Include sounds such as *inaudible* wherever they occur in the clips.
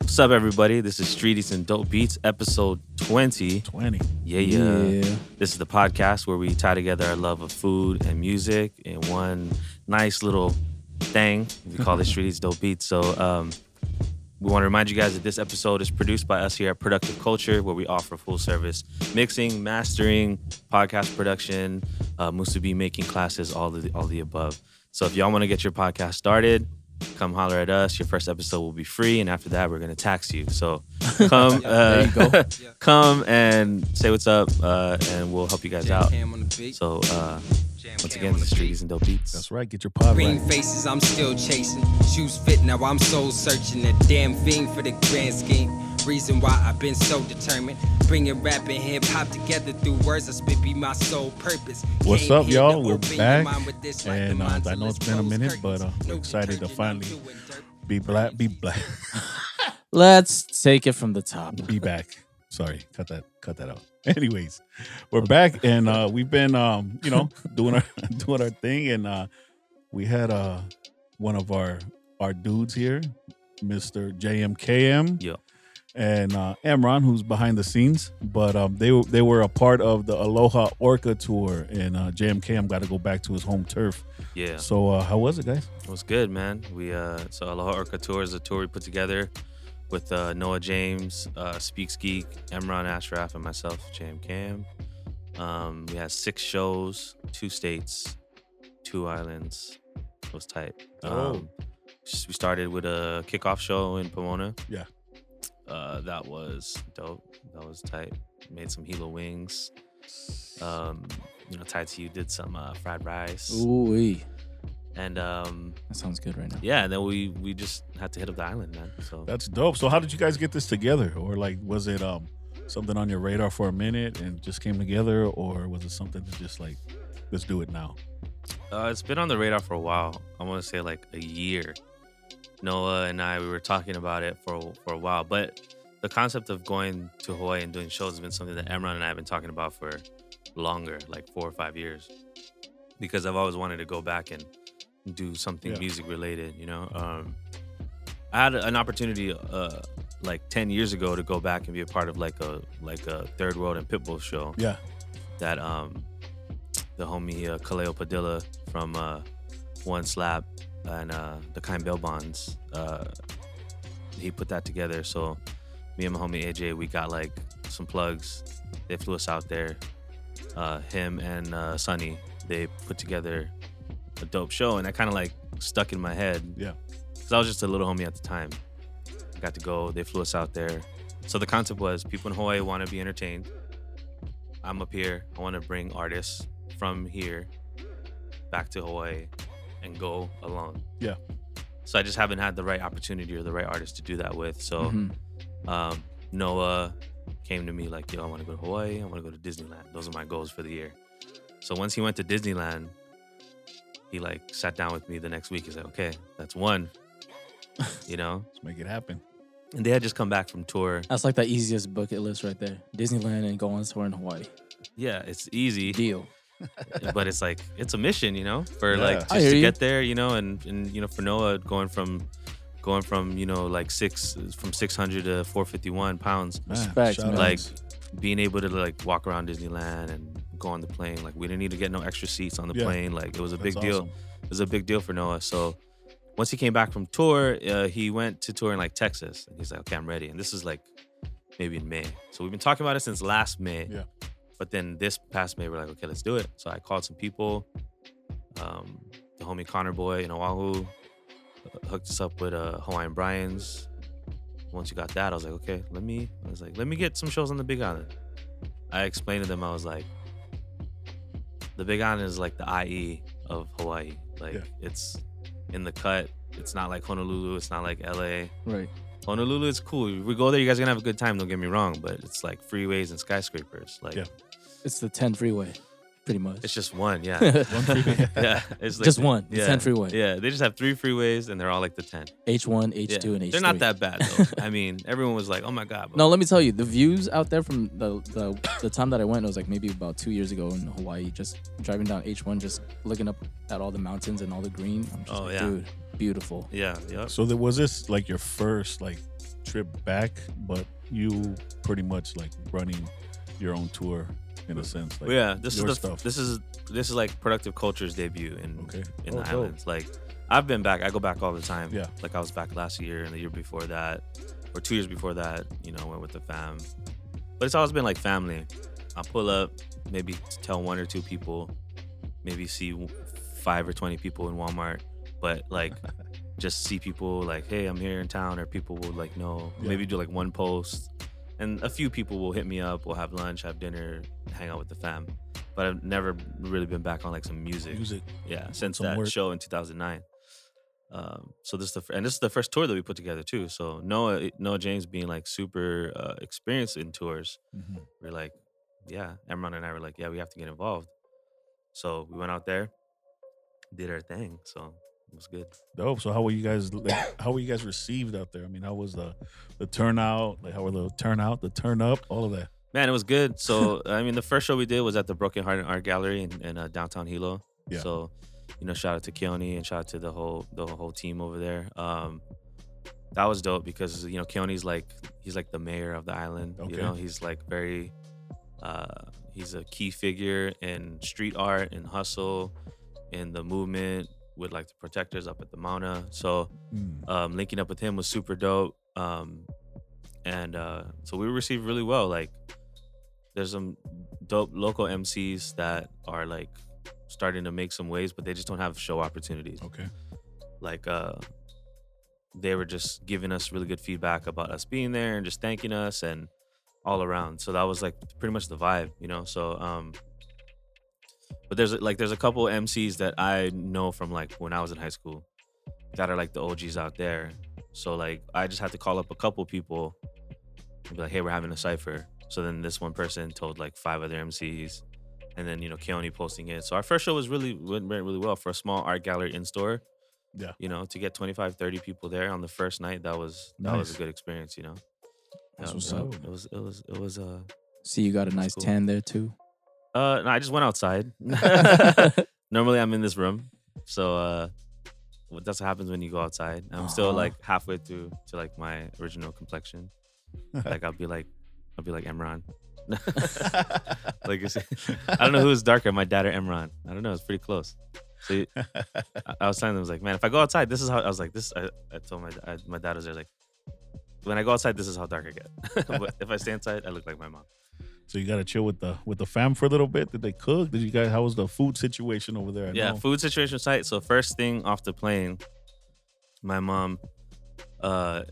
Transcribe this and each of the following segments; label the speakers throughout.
Speaker 1: What's up, everybody? This is Streeties and Dope Beats, episode 20.
Speaker 2: 20.
Speaker 1: Yeah, yeah,
Speaker 3: Yeah.
Speaker 1: This is the podcast where we tie together our love of food and music in one nice little thing. We call this Streeties Dope Beats. So, um, we want to remind you guys that this episode is produced by us here at Productive Culture, where we offer full service mixing, mastering, podcast production, uh, Musubi making classes, all the all the above. So if y'all want to get your podcast started, come holler at us. Your first episode will be free, and after that, we're gonna tax you.
Speaker 4: *laughs*
Speaker 1: So come, uh, *laughs* come and say what's up, uh, and we'll help you guys
Speaker 4: Jam
Speaker 1: out.
Speaker 4: cam on the beat.
Speaker 1: So uh,
Speaker 4: Jam
Speaker 1: once
Speaker 4: cam
Speaker 1: again,
Speaker 4: on
Speaker 1: the
Speaker 4: the beat.
Speaker 1: streets and dope beats.
Speaker 2: That's right. Get your pod
Speaker 4: Green
Speaker 2: right.
Speaker 4: faces, I'm still chasing. Shoes fit now, I'm soul searching. A damn fiend for the grand scheme. Reason why I've been so determined. Bringing rap and hip hop together through words I spit be my sole purpose.
Speaker 2: What's
Speaker 4: Came
Speaker 2: up,
Speaker 4: here to
Speaker 2: y'all? We're
Speaker 4: open your
Speaker 2: back,
Speaker 4: mind with this like
Speaker 2: and,
Speaker 4: the
Speaker 2: uh,
Speaker 4: minds
Speaker 2: I know
Speaker 4: of
Speaker 2: it's been a
Speaker 4: closed
Speaker 2: minute, but,
Speaker 4: curtains.
Speaker 2: uh, we're excited to
Speaker 4: detergent,
Speaker 2: finally
Speaker 4: I'm doing dirt.
Speaker 2: Be black. Be black. *laughs*
Speaker 3: Let's take it from the top.
Speaker 2: Be back. Sorry. Cut that. Cut that out. *laughs* Anyways, we're back and uh we've been um, you know, doing our *laughs* doing our thing and uh we had uh one of our our dudes here, Mr. JMKM.
Speaker 1: Yeah.
Speaker 2: And uh Amron, who's behind the scenes, but um they were they were a part of the Aloha Orca tour and uh JMKM got to go back to his home turf.
Speaker 1: Yeah.
Speaker 2: So uh how was it, guys?
Speaker 1: It was good, man. We uh so Aloha Orca Tour is a tour we put together with uh, Noah James, uh, Speaks Geek, Emron Ashraf, and myself, Jam Cam. Um, we had six shows, two states, two islands. It was tight. Um, s- we started with a kickoff show in Pomona.
Speaker 2: Yeah.
Speaker 1: Uh, that was dope. That was tight. Made some Hilo wings. Um, you know, Tai you did some uh, fried rice.
Speaker 3: Ooh,
Speaker 1: And um,
Speaker 3: that sounds good right now.
Speaker 1: yeah, and then we we just had to hit up the island, man. So
Speaker 2: That's dope. So how did you guys get this together? Or like was it um something on your radar for a minute and just came together or was it something that just like let's do it now?
Speaker 1: uh, it's been on the radar for a while. I want to say like a year. Noah and I we were talking about it for a- for a while, but the concept of going to Hawaii and doing shows has been something that Emron and I have been talking about for longer, like four or five years, because I've always wanted to go back and do something
Speaker 2: Yeah.
Speaker 1: music related. You know, um, I had an opportunity uh, like ten years ago to go back and be a part of like a like a Third World and Pitbull show.
Speaker 2: Yeah.
Speaker 1: that um the homie uh, Kaleo Padilla from uh, One Slap and uh, the Kind Bell Bonds uh, he put that together. So me and my homie AJ we got like some plugs. They flew us out there. Uh, him and uh, Sonny they put together a dope show, and that kind of like stuck in my head.
Speaker 2: Yeah.
Speaker 1: because I was just a little homie at the time. I got to go. They flew us out there. So the concept was people in Hawaii want to be entertained. I'm up here. I want to bring artists from here back to Hawaii and go alone.
Speaker 2: Yeah.
Speaker 1: So I just haven't had the right opportunity or the right artist to do that with. So
Speaker 3: Mhm.
Speaker 1: um, Noah came to me like, yo, I want to go to Hawaii. I want to go to Disneyland. Those are my goals for the year. So once he went to Disneyland, he like sat down with me the next week. He's like, okay, that's one, you know?
Speaker 2: Let's make it happen.
Speaker 1: And they had just come back from tour.
Speaker 3: That's like the easiest bucket list right there. Disneyland and going somewhere in
Speaker 1: *laughs*
Speaker 3: Hawaii.
Speaker 1: Yeah, it's easy.
Speaker 3: Deal.
Speaker 1: but it's like it's a mission, you know, for
Speaker 2: Yeah.
Speaker 1: like
Speaker 2: I
Speaker 1: just
Speaker 3: hear
Speaker 1: to
Speaker 3: you.
Speaker 1: get there, you know, and and you know for Noah going from going from you know like six from six hundred to four fifty one pounds,
Speaker 3: Respect,
Speaker 2: shout
Speaker 3: man.
Speaker 2: outs.
Speaker 1: like being able to like walk around Disneyland and go on the plane, like we didn't need to get no extra seats on the
Speaker 2: Yeah.
Speaker 1: plane, like it was a
Speaker 2: That's
Speaker 1: big deal.
Speaker 2: awesome.
Speaker 1: It was a big deal for Noah. So once he came back from tour, uh, he went to tour in like Texas, and he's like, okay, I'm ready, and this is like maybe in May. So we've been talking about it since last May.
Speaker 2: Yeah.
Speaker 1: But then this past May, we're like, okay, let's do it. So I called some people. Um, the homie Connor Boy in Oahu uh, hooked us up with uh, Hawaiian Brian's. Once you got that, I was like, okay, let me. I was like, let me get some shows on the Big Island. I explained to them, I was like, the Big Island is like the IE of Hawaii. Like
Speaker 2: Yeah.
Speaker 1: it's in the cut. It's not like Honolulu. It's not like LA.
Speaker 3: Right.
Speaker 1: Honolulu is cool. If we go there, you guys are gonna have a good time. Don't get me wrong, but it's like freeways and skyscrapers. Like
Speaker 2: Yeah.
Speaker 3: It's the 10 freeway, pretty much.
Speaker 1: it's just one,
Speaker 3: *laughs*
Speaker 1: yeah,
Speaker 2: One freeway.
Speaker 1: *laughs* yeah. It's like
Speaker 3: Just one. The
Speaker 1: yeah,
Speaker 3: 10 freeway.
Speaker 1: Yeah, they just have three freeways and they're all like the ten.
Speaker 3: H1, H2,
Speaker 1: Yeah.
Speaker 3: and H3.
Speaker 1: They're not that bad
Speaker 3: *laughs*
Speaker 1: though. I mean, everyone was like, "Oh my god!" but
Speaker 3: No, let me tell you, the views out there from the the, the time that I went, it was like maybe about two years ago in Hawaii, just driving down H1, just looking up at all the mountains and all the green. I'm just
Speaker 1: Oh,
Speaker 3: like,
Speaker 1: yeah.
Speaker 3: dude, beautiful.
Speaker 1: yeah, yeah.
Speaker 2: So there was this like your first like trip back, but you pretty much like running your own tour in a sense. Like,
Speaker 1: Well, yeah, this is
Speaker 2: your
Speaker 1: the
Speaker 2: stuff.
Speaker 1: this is this is like productive culture's debut in
Speaker 2: Okay.
Speaker 1: in
Speaker 2: Oh,
Speaker 1: the
Speaker 2: dope.
Speaker 1: islands. Like I've been back. I go back all the time.
Speaker 2: Yeah.
Speaker 1: Like I was back last year and the year before that, or two years before that. You know, went with the fam. But it's always been like family. I pull up, maybe tell one or two people, maybe see w- five or twenty people in Walmart. But
Speaker 2: *laughs*
Speaker 1: like, just see people like, hey, I'm here in town, or people will like know.
Speaker 2: Yeah.
Speaker 1: Maybe do like one post, and a few people will hit me up. We'll have lunch, have dinner, hang out with the fam. But I've never really been back on like some music.
Speaker 2: music.
Speaker 1: Yeah, since
Speaker 2: Some
Speaker 1: that
Speaker 2: work.
Speaker 1: show in 2009. Um, so this is the fir- and this is the first tour that we put together too. So Noah Noah James being like super uh, experienced in tours,
Speaker 2: Mhm.
Speaker 1: we're like, yeah, Emron and I were like, yeah, we have to get involved. So we went out there, did our thing. So it was good.
Speaker 2: Dope. So how were you guys? Like, how were you guys received out there? I mean, how was the the turnout? Like, how were the turnout, the turn up, all of that?
Speaker 1: Man, it was good.
Speaker 2: *laughs*
Speaker 1: So I mean, the first show we did was at the Broken Hearted Art Gallery in, in uh, downtown Hilo.
Speaker 2: Yeah.
Speaker 1: So, you know, shout out to Keone and shout out to the whole the whole team over there. Um, that was dope because you know Keone's like he's like the mayor of the island.
Speaker 2: Okay.
Speaker 1: You know, he's like very uh, he's a key figure in street art and hustle in the movement with like the protectors up at the Mauna. So
Speaker 2: Mm.
Speaker 1: um, linking up with him was super dope. Um, and uh, so we were received really well. Like, there's some dope local MCs that are like starting to make some waves, but they just don't have show opportunities.
Speaker 2: Okay.
Speaker 1: Like, uh, they were just giving us really good feedback about us being there and just thanking us and all around. So that was like pretty much the vibe, you know. So, um, but there's like there's a couple MCs that I know from like when I was in high school that are like the OGs out there. So like I just had to call up a couple people and be like, hey, we're having a cipher. So then this one person told like five other MCs, and then you know Keone posting it. So our first show was really went, went really well for a small art gallery in store.
Speaker 2: Yeah.
Speaker 1: you know to get 25, 30 people there on the first night that was that was a
Speaker 2: Nice.
Speaker 1: good experience. You know,
Speaker 2: That's
Speaker 1: Yeah,
Speaker 3: Oh,
Speaker 2: what's
Speaker 1: so
Speaker 2: up.
Speaker 1: It was it was it was uh
Speaker 3: See, you got a nice
Speaker 1: cool.
Speaker 3: tan there too.
Speaker 1: uh no, I just went *laughs* outside. Normally I'm in this room, so uh what that's what happens when you go outside. I'm still
Speaker 3: Uh-huh.
Speaker 1: like halfway through to like my original complexion. like I'll be like I'll be like Emron. like it's, I don't know who's darker, my dad or Emron. I don't know. It's pretty close. So you- I, I was telling them, I was like, man, if I go outside, this is how. I was like, this. I, I told my I, my dad was there, like, when I go outside, this is how dark I get. *laughs* but if I stay inside, I look like my mom.
Speaker 2: So you got to chill with the with the fam for a little bit. Did they cook? Did you guys? How was the food situation over there? I
Speaker 1: yeah,
Speaker 2: know-
Speaker 1: food situation site. So first thing off the plane, my mom uh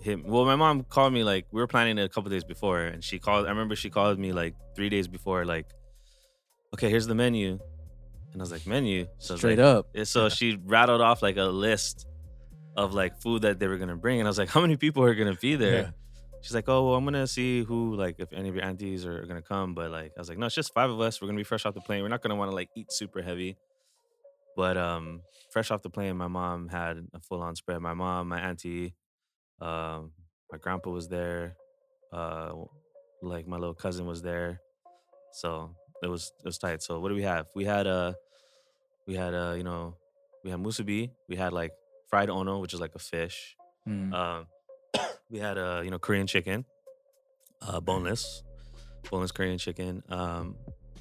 Speaker 1: hit well, my mom called me like we were planning it a couple days before and she called I remember she called me like three days before, like, okay, here's the menu. And I was like, menu. So I was
Speaker 3: Straight
Speaker 1: like-
Speaker 3: up.
Speaker 1: and so she rattled off like a list of like food that they were gonna bring. And I was like, how many people are gonna be there?
Speaker 2: Yeah.
Speaker 1: She's like, oh, well, I'm gonna see who, like, if any of your aunties are gonna come. But like, I was like, no, it's just five of us. We're gonna be fresh off the plane. We're not gonna want to like eat super heavy. But um, fresh off the plane, my mom had a full on spread. My mom, my auntie, um, my grandpa was there. Uh, like my little cousin was there. So it was it was tight. So what do we have? We had uh, we had uh, you know, we had musubi. We had like fried ono, which is like a fish.
Speaker 3: Mm.
Speaker 1: Um, *coughs* we had a you know Korean chicken, uh, boneless, boneless Korean chicken. Um,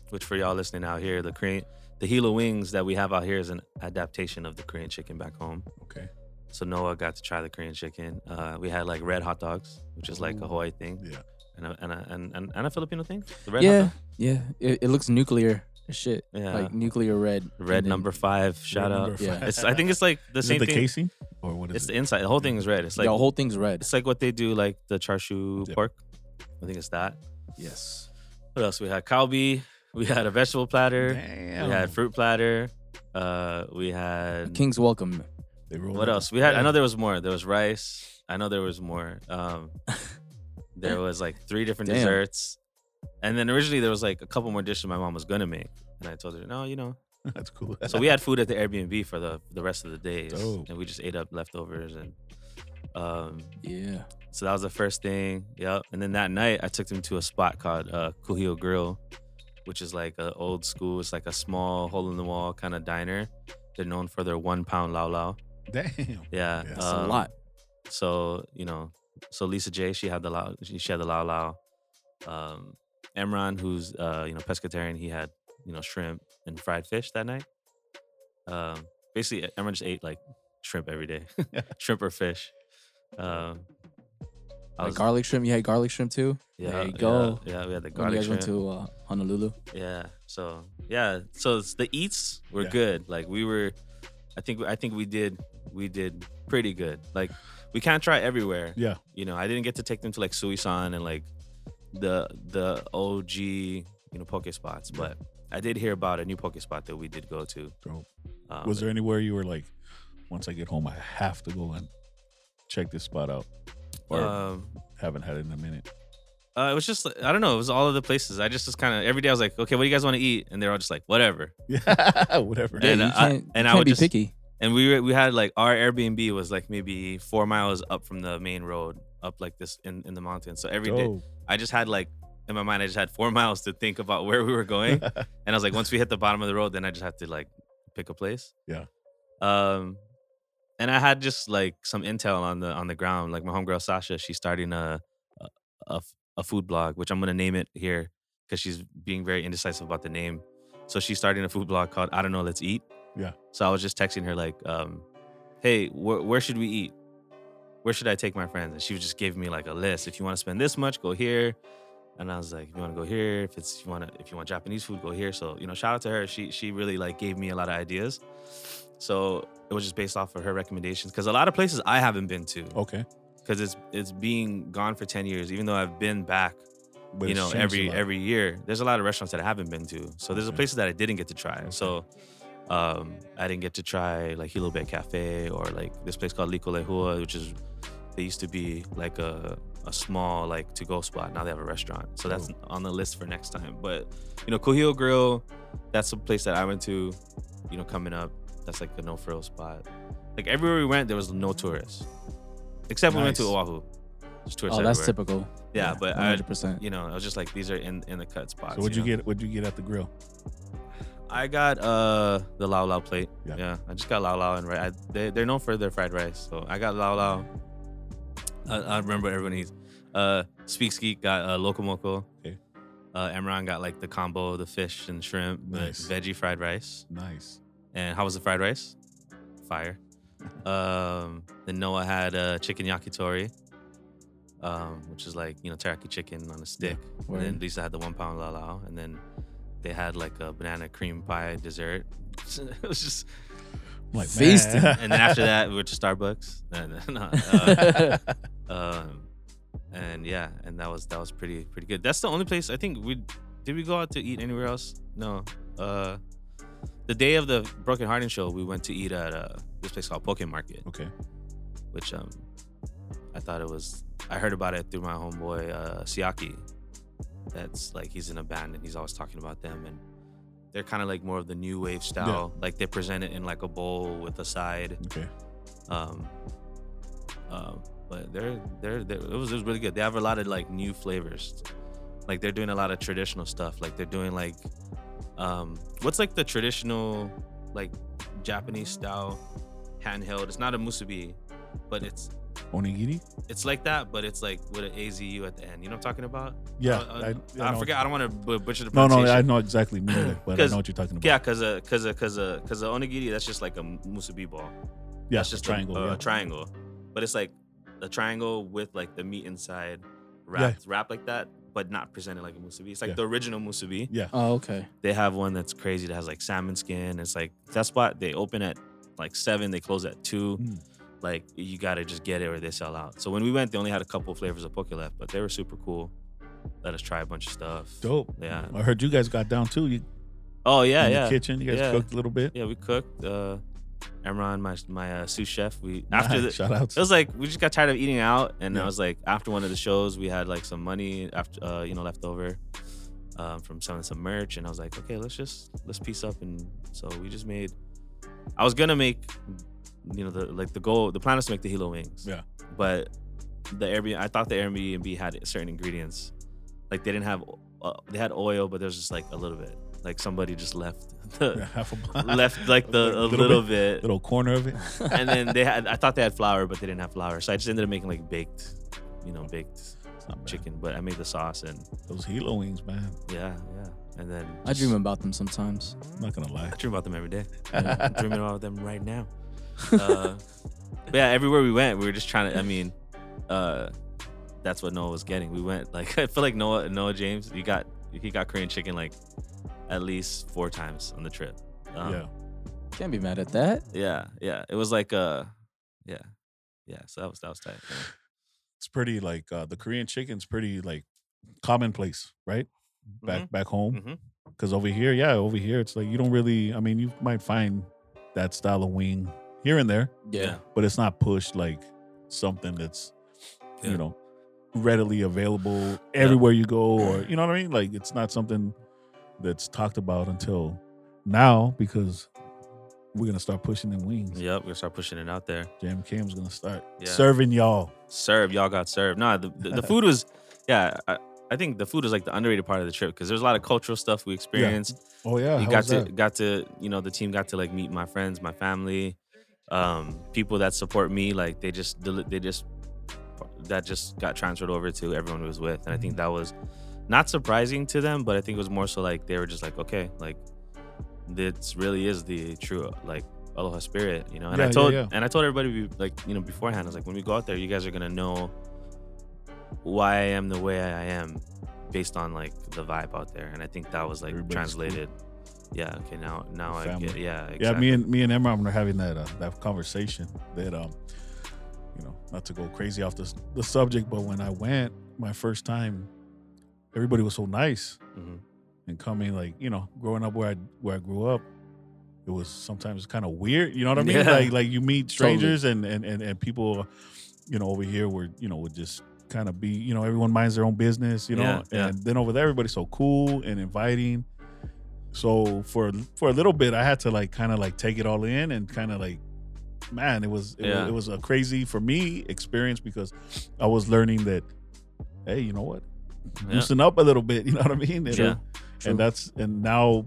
Speaker 1: which for y'all listening out here, the Korean the Gila wings that we have out here is an adaptation of the Korean chicken back home.
Speaker 2: Okay.
Speaker 1: So Noah got to try the Korean chicken. Uh, we had like red hot dogs, which is like a
Speaker 3: Ooh.
Speaker 1: Hawaii thing,
Speaker 2: Yeah.
Speaker 1: and a, and, a, and and and a Filipino thing. The red
Speaker 3: yeah,
Speaker 1: hot
Speaker 3: yeah. It, it looks nuclear as shit.
Speaker 1: dog. yeah,
Speaker 3: Like nuclear red. and
Speaker 1: red
Speaker 3: then-
Speaker 1: number five. Shout
Speaker 2: Red
Speaker 1: out.
Speaker 2: number
Speaker 3: Yeah.
Speaker 2: five.
Speaker 1: It's I think it's like the
Speaker 2: is
Speaker 1: same
Speaker 2: it the
Speaker 1: thing.
Speaker 2: casing or what is
Speaker 1: It's the
Speaker 2: it?
Speaker 1: inside. The whole thing is red. It's like
Speaker 3: the whole thing's red.
Speaker 1: It's like what they do, like the char siu
Speaker 2: Yep.
Speaker 1: pork. I think it's that.
Speaker 3: Yes.
Speaker 1: What else? We had kalbi. We had a vegetable platter.
Speaker 2: Damn.
Speaker 1: We had fruit platter. Uh, we had
Speaker 3: King's welcome.
Speaker 2: They rolled
Speaker 1: what
Speaker 2: it.
Speaker 1: else? We had. I
Speaker 2: Yeah.
Speaker 1: know there was more. There was rice. I know there was more. Um, *laughs* there was like three different
Speaker 3: Damn.
Speaker 1: desserts, and then originally there was like a couple more dishes my mom was gonna make, and I told her no, you know.
Speaker 2: *laughs* That's cool.
Speaker 1: So we had food at the Airbnb for the the rest of the days,
Speaker 2: Dope.
Speaker 1: and we just ate up leftovers and. Um,
Speaker 3: Yeah.
Speaker 1: so that was the first thing. Yep. And then that night, I took them to a spot called uh, Kuhio Grill, which is like an old school. It's like a small hole in the wall kind of diner. They're known for their one pound lao lao.
Speaker 2: *laughs* Damn.
Speaker 1: Yeah.
Speaker 2: Yeah,
Speaker 3: It's a
Speaker 1: um,
Speaker 3: lot.
Speaker 1: So you know, so Lisa J, she had the Lao, she she had the Lao Lao. Um, Emron, who's uh, you know pescatarian, he had you know shrimp and fried fish that night. Um, basically, Emron just ate like shrimp every
Speaker 3: *laughs*
Speaker 1: day, *laughs* shrimp or fish. Um, I
Speaker 3: Like
Speaker 1: was-
Speaker 3: garlic shrimp. You had garlic shrimp too.
Speaker 1: yeah,
Speaker 3: there you
Speaker 1: yeah,
Speaker 3: go.
Speaker 1: Yeah, we had the
Speaker 3: When you
Speaker 1: garlic
Speaker 3: guys
Speaker 1: shrimp.
Speaker 3: went to uh, Honolulu,
Speaker 1: Yeah. So yeah. So it's, the eats were
Speaker 2: Yeah.
Speaker 1: good. Like we were, I think I think we did we did pretty good. Like we can't try everywhere.
Speaker 2: Yeah.
Speaker 1: You know, I didn't get to take them to like Suisan and like the the OG you know poke spots, but I did hear about a new poke spot that we did go to.
Speaker 2: Dope.
Speaker 1: Um,
Speaker 2: Was there anywhere you were like, once I get home, I have to go and check this spot out? Or
Speaker 1: Um,
Speaker 2: haven't had it in a minute. *laughs*
Speaker 1: uh, it was just I don't know. It was all of the places. I just was kind of every day. I was like, okay, what do you guys want to eat? And they're all just like, whatever.
Speaker 2: Yeah, whatever.
Speaker 1: Yeah. And
Speaker 3: you
Speaker 1: I-
Speaker 3: can't, you
Speaker 1: and I
Speaker 3: can't
Speaker 1: would
Speaker 3: be
Speaker 1: just-
Speaker 3: picky.
Speaker 1: and we were, we had like our Airbnb was like maybe four miles up from the main road, up like this in, in the mountains. So every day,
Speaker 2: Dope.
Speaker 1: I just had like in my mind, I just had four *laughs* miles to think about where we were
Speaker 2: *laughs*
Speaker 1: going, and I was like, once we hit the bottom of the road, then I just have to like pick a place.
Speaker 2: Yeah.
Speaker 1: Um, and I had just like some intel on the on the ground. Like my homegirl Sasha, she's starting a a- a, f- a food blog, which I'm gonna name it here because she's being very indecisive about the name. So she's starting a food blog called I don't know, let's eat.
Speaker 2: Yeah.
Speaker 1: So I was just texting her like, um, hey, wh- where should we eat? Where should I take my friends? And she was just giving me like a list. If you want to spend this much, go here. And I was like, if you want to go here, if it's you want to, if you want Japanese food, go here. So you know, shout out to her. She she really like gave me a lot of ideas. So it was just based off of her recommendations because a lot of places I haven't been to
Speaker 2: Okay.
Speaker 1: because it's it's being gone for ten years. Even though I've been back,
Speaker 2: But
Speaker 1: you
Speaker 2: it's
Speaker 1: know,
Speaker 2: changed a
Speaker 1: every
Speaker 2: lot.
Speaker 1: every year. There's a lot of restaurants that I haven't been to. So there's a
Speaker 2: Okay.
Speaker 1: places that I didn't get to try. So um, I didn't get to try like Hilo Bay Cafe or like this place called Liko Lehua, which is they used to be like a a small like to go spot. Now they have a restaurant. So that's
Speaker 2: Cool.
Speaker 1: on the list for next time. But you know, Kuhio Grill, that's a place that I went to, you know, coming up. That's like a no frill spot. Like everywhere we went, there was no tourists. Except we went to
Speaker 2: Nice.
Speaker 1: Oahu. There's
Speaker 3: Oh,
Speaker 1: tourists
Speaker 3: that's
Speaker 1: everywhere.
Speaker 3: typical.
Speaker 1: Yeah, but I,
Speaker 3: 100. percent
Speaker 1: you know, I was just like, these are in in the cut spots.
Speaker 2: So what'd you
Speaker 1: know?
Speaker 2: get? What'd you get at the grill?
Speaker 1: I got uh the lao lao plate.
Speaker 2: Yeah.
Speaker 1: Yeah, I just got lao lao and rice. I, they they're known for their fried rice, so I got lao lao. I, I remember everyone eats. Uh, Speaks Geek got uh, loco moco.
Speaker 2: Okay.
Speaker 1: Uh, Emron got like the combo, the fish and shrimp, the
Speaker 2: Nice.
Speaker 1: veggie fried rice.
Speaker 2: Nice.
Speaker 1: And how was the fried rice? Fire. Um, then Noah had uh, chicken yakitori, um, which is like you know teriyaki chicken on a stick. And then Lisa had the one pound lao lao, and then they had like a banana cream pie dessert. *laughs* it was just,
Speaker 2: I'm Like,
Speaker 3: Feasting.
Speaker 2: man.
Speaker 1: *laughs* and then after that we went to Starbucks. *laughs* And, no, uh, um, and yeah, and that was that was pretty pretty good. That's the only place I think we did we go out to eat anywhere else. No, uh, the day of the Broken Hearted show, we went to eat at uh, this place called Poke Market,
Speaker 2: *laughs* okay.
Speaker 1: which um, I thought it was. I heard about it through my homeboy uh, Siaki. That's like he's in a band and he's always talking about them and they're kind of like more of the new wave style. Like they present it in like a bowl with a side.
Speaker 2: Okay.
Speaker 1: Um, um, but they're, they're they're it was it was really good. They have a lot of like new flavors. Like they're doing a lot of traditional stuff. Like they're doing like um, what's like the traditional like Japanese style handheld. It's not a musubi, but it's
Speaker 2: Onigiri.
Speaker 1: it's like that, but it's like with an AZU at the end. You know what I'm talking about?
Speaker 2: Yeah.
Speaker 1: Uh, uh,
Speaker 2: I,
Speaker 1: I,
Speaker 2: know.
Speaker 1: forget. I don't want to b- butcher the
Speaker 2: No, no,
Speaker 1: pronunciation.
Speaker 2: I know exactly me neither, but I
Speaker 1: 'Cause-
Speaker 2: know what you're talking about.
Speaker 1: Yeah, cause a cause a cause a cause a onigiri that's just like a musubi ball.
Speaker 2: yeah.
Speaker 1: that's just
Speaker 2: a triangle.
Speaker 1: A, a
Speaker 2: yeah.
Speaker 1: triangle, but it's like a triangle with like the meat inside, wrapped wrapped like that, but not presented like a musubi. It's like
Speaker 2: Yeah.
Speaker 1: the original musubi.
Speaker 2: yeah.
Speaker 3: *laughs* oh, okay.
Speaker 1: They have one that's crazy that has like salmon skin. It's like that spot they open at like seven, they close at two.
Speaker 2: Mm.
Speaker 1: Like you gotta just get it or they sell out. So when we went, they only had a couple flavors of poke left, but they were super cool. Let us try a bunch of stuff.
Speaker 2: Dope.
Speaker 1: Yeah.
Speaker 2: I heard you guys got down too. You
Speaker 1: Oh yeah,
Speaker 2: in
Speaker 1: yeah.
Speaker 2: the kitchen. You guys
Speaker 1: Yeah.
Speaker 2: cooked a little bit.
Speaker 1: Yeah, we cooked. Uh, Emron, my my uh, sous chef, we after the,
Speaker 2: Nice. shout outs.
Speaker 1: it was like we just got tired of eating out, and
Speaker 2: Yeah.
Speaker 1: I was like, after one of the shows, we had like some money after uh, you know left over um, from selling some merch, and I was like, okay, let's just let's piece up, and so we just made. I was gonna make, you know, the like the goal. The plan was to make the Hilo wings.
Speaker 2: Yeah.
Speaker 1: But the Airbnb, I thought the Airbnb had certain ingredients, like they didn't have. Uh, they had oil, but there's just like a little bit. Like somebody just left *laughs* the,
Speaker 2: Yeah, *laughs* half a
Speaker 1: left like the a little, bit,
Speaker 2: little corner of it.
Speaker 1: and then they had I thought they had flour, but they didn't have flour, so I just ended up making like baked you know baked
Speaker 2: It's not bad.
Speaker 1: chicken, but I made the sauce and
Speaker 2: Those Hilo wings, man.
Speaker 1: yeah, yeah. And then
Speaker 3: I dream about them sometimes.
Speaker 2: I'm not gonna lie.
Speaker 1: I dream about them every
Speaker 3: *laughs*
Speaker 1: day. I'm dreaming about them right now. Uh, but yeah, everywhere we went, we were just trying to. I mean, uh, that's what Noah was getting. We went like *laughs* I feel like Noah Noah James. He got he got Korean chicken like at least four times on the trip. Um,
Speaker 2: yeah.
Speaker 3: Can't be mad at that.
Speaker 1: yeah, yeah. It was like uh, yeah, yeah. So that was that was tight. yeah.
Speaker 2: It's pretty like uh, the Korean chicken's pretty like commonplace, right? Back back home.
Speaker 1: Mhm.
Speaker 2: Because over here, yeah, over here it's like you don't really I mean you might find that style of wing here and there,
Speaker 1: Yeah.
Speaker 2: but it's not pushed like something that's
Speaker 1: Yeah.
Speaker 2: you know readily available everywhere you go
Speaker 1: *clears throat*
Speaker 2: or you know what I mean? Like it's not something that's talked about until now because we're gonna start pushing them wings.
Speaker 1: Yep, we're gonna start pushing it out there.
Speaker 2: Jam Cam's gonna start
Speaker 1: Yeah.
Speaker 2: serving y'all.
Speaker 1: Serve, y'all got served. Nah, the, the, the food was, yeah, I, I think the food was like the underrated part of the trip because there's a lot of cultural stuff we experienced.
Speaker 2: Oh yeah,
Speaker 1: You
Speaker 2: how
Speaker 1: got
Speaker 2: was
Speaker 1: to
Speaker 2: that?
Speaker 1: got to you know the team got to like meet my friends, my family, um, people that support me. Like they just deli- they just that just got transferred over to everyone who was with, and I
Speaker 2: Mm-hmm.
Speaker 1: think that was not surprising to them, but I think it was more so like they were just like okay, like this really is the true like aloha spirit, you know. And
Speaker 2: Yeah,
Speaker 1: I
Speaker 2: yeah,
Speaker 1: told
Speaker 2: yeah.
Speaker 1: and I told everybody we, like you know beforehand, I was like when we go out there, you guys are gonna know why I am the way I am based on like the vibe out there, and I think that was like
Speaker 2: Everybody's cool.
Speaker 1: translated. Yeah. Okay. Now, now I
Speaker 2: Family.
Speaker 1: get. Yeah.
Speaker 2: Yeah,
Speaker 1: Exactly.
Speaker 2: me and me and Emron are having that uh, that conversation that um, you know, not to go crazy off the the subject, but when I went my first time, everybody was so nice
Speaker 1: Mhm.
Speaker 2: and coming like you know, growing up where I where I grew up, it was sometimes kind of weird. You know what I mean?
Speaker 1: Yeah.
Speaker 2: Like like you meet strangers and, and and and people, you know, over here were you know would just kind of be you know everyone minds their own business. You know,
Speaker 1: Yeah,
Speaker 2: and
Speaker 1: yeah.
Speaker 2: then over there everybody's so cool and inviting so for for a little bit i had to like kind of like take it all in and kind of like man it was it,
Speaker 1: Yeah.
Speaker 2: was it was a crazy for me experience because i was learning that hey you know what
Speaker 1: Yeah.
Speaker 2: loosen up a little bit *laughs* you know what i mean and,
Speaker 1: True,
Speaker 3: true.
Speaker 2: and that's and now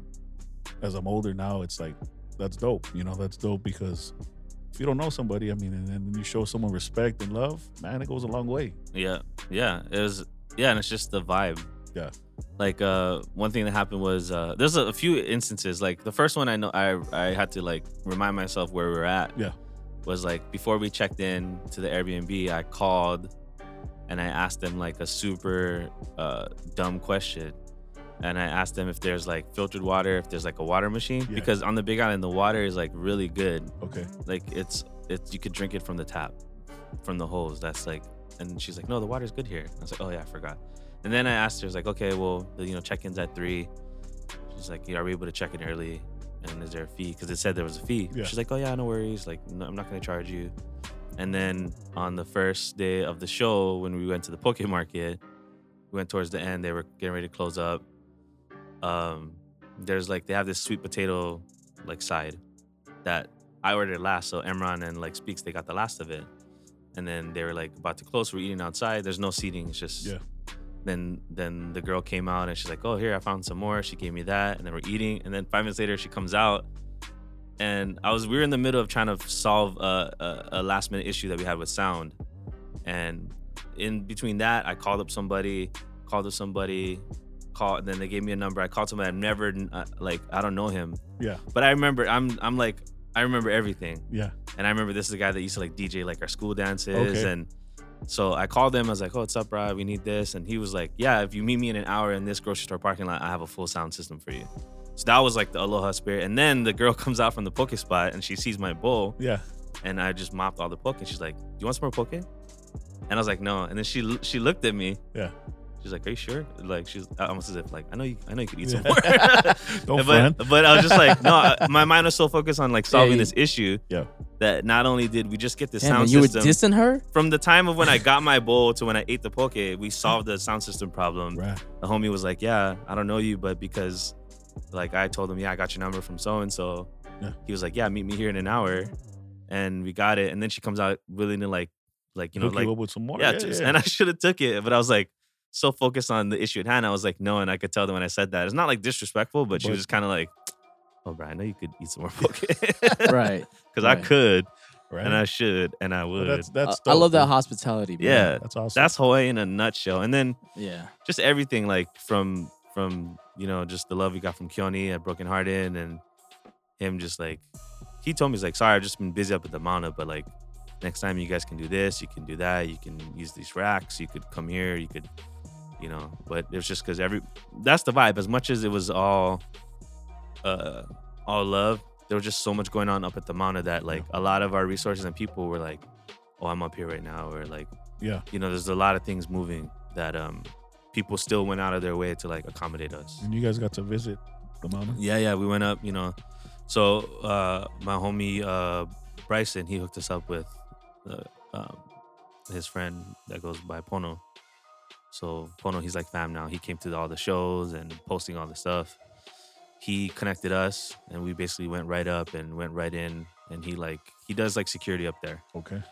Speaker 2: as i'm older now it's like that's dope you know that's dope because if you don't know somebody i mean and then you show someone respect and love man it goes a long way
Speaker 1: Yeah. Yeah. It was. Yeah, and it's just the vibe.
Speaker 2: Yeah.
Speaker 1: Like uh, one thing that happened was uh, there's a, a few instances. Like the first one, I know I I had to like remind myself where we were at.
Speaker 2: Yeah.
Speaker 1: Was like before we checked in to the Airbnb, I called and I asked them like a super uh, dumb question. And I asked them if there's like filtered water, if there's like a water machine,
Speaker 2: Yeah.
Speaker 1: because on the Big Island the water is like really good.
Speaker 2: okay
Speaker 1: like it's it's you could drink it from the tap from the hose that's like and she's like no the water's good here i was like oh yeah i forgot and then i asked her I was like okay well the, you know check-ins at three she's like yeah, are we able to check in early and is there a fee because it said there was a fee
Speaker 2: Yeah.
Speaker 1: she's like oh yeah no worries like no, i'm not going to charge you and then on the first day of the show when we went to the poke market we went towards the end they were getting ready to close up um there's like they have this sweet potato like side that I ordered last. So Emron and like Speaks, they got the last of it. And then they were like about to close. We're eating outside. There's no seating. It's just
Speaker 2: Yeah.
Speaker 1: Then then the girl came out and she's like, Oh, here, I found some more. She gave me that. And then we're eating. And then five minutes later she comes out. And I was we were in the middle of trying to solve a, a, a last minute issue that we had with sound. And in between that, I called up somebody, called up somebody, called, then they gave me a number. I called somebody I've never uh, like I don't know him.
Speaker 2: yeah
Speaker 1: But I remember I'm I'm like I remember everything.
Speaker 2: yeah
Speaker 1: And I remember this is a guy that used to like DJ like our school dances.
Speaker 2: Okay.
Speaker 1: And so I called him. I was like, "Oh, what's up, Rob? We need this." And he was like, "Yeah, if you meet me in an hour in this grocery store parking lot, I have a full sound system for you." So that was like the aloha spirit. And then the girl *laughs* comes out from the poke spot and she sees my bowl,
Speaker 2: yeah
Speaker 1: and I just mopped all the poke. And she's like, "You want some more poke?" And I was like, "No." And then she l- she looked at me.
Speaker 2: Yeah.
Speaker 1: She's like, "Are you sure?" Like she's almost as if like, "I know you, I know you could eat some more."
Speaker 2: *laughs*
Speaker 1: *laughs*
Speaker 2: Yeah. don't
Speaker 1: but,
Speaker 2: fret.
Speaker 1: but I was just like, no, I-
Speaker 2: *laughs*
Speaker 1: my mind was so focused on like solving
Speaker 3: you-
Speaker 1: this issue.
Speaker 2: Yeah.
Speaker 1: That not only did we just get the
Speaker 3: Damn,
Speaker 1: sound
Speaker 3: and you were
Speaker 1: system *laughs*
Speaker 3: dissing her?
Speaker 1: from the time of when I got my bowl to when I ate the poke, we solved the sound system problem.
Speaker 2: Right.
Speaker 1: The homie was like, yeah, I don't know you, but because like I told him, yeah, I got your number from so and so.
Speaker 2: Yeah.
Speaker 1: He was like, yeah, meet me here in an hour, and we got it. And then she comes out willing to like, like you know,
Speaker 2: Hook
Speaker 1: like
Speaker 2: you up with some more
Speaker 1: yeah, t- and I should have took it, but I was like so focused on the issue at hand. I was like, no, and I could tell that when I said that, it's not like disrespectful, but, she
Speaker 2: But-
Speaker 1: was just kind of like, oh, Brian, I know you could eat some more poke,
Speaker 3: Right.
Speaker 1: Because I
Speaker 3: right.
Speaker 1: could,
Speaker 2: right?
Speaker 1: and I should, and I
Speaker 2: But
Speaker 1: would.
Speaker 2: that's
Speaker 3: I,
Speaker 2: that's
Speaker 3: I love that
Speaker 2: dope,
Speaker 3: hospitality.
Speaker 1: yeah,
Speaker 3: bro.
Speaker 2: dude. that's awesome.
Speaker 1: that's Hawaii in a nutshell. And then
Speaker 3: yeah.
Speaker 1: just everything like from from you know just the love he got from Keone at Broken Hearted and him just like he told me he's like sorry I've just been busy up at the Mauna but like next time you guys can do this you can do that you can use these racks you could come here you could you know but it was just because every that's the vibe as much as it was all uh all love there was just so much going on up at the Mauna that like a lot of our resources and people were like oh I'm up here right now or like
Speaker 2: Yeah.
Speaker 1: you know there's a lot of things moving that um people still went out of their way to like accommodate us
Speaker 2: And you guys got to visit the mountain.
Speaker 1: yeah yeah we went up you know so uh my homie uh bryson he hooked us up with uh, um, his friend that goes by pono so pono he's like fam now he came to all the shows and posting all the stuff he connected us and we basically went right up and went right in and he like he does like security up there
Speaker 2: Okay.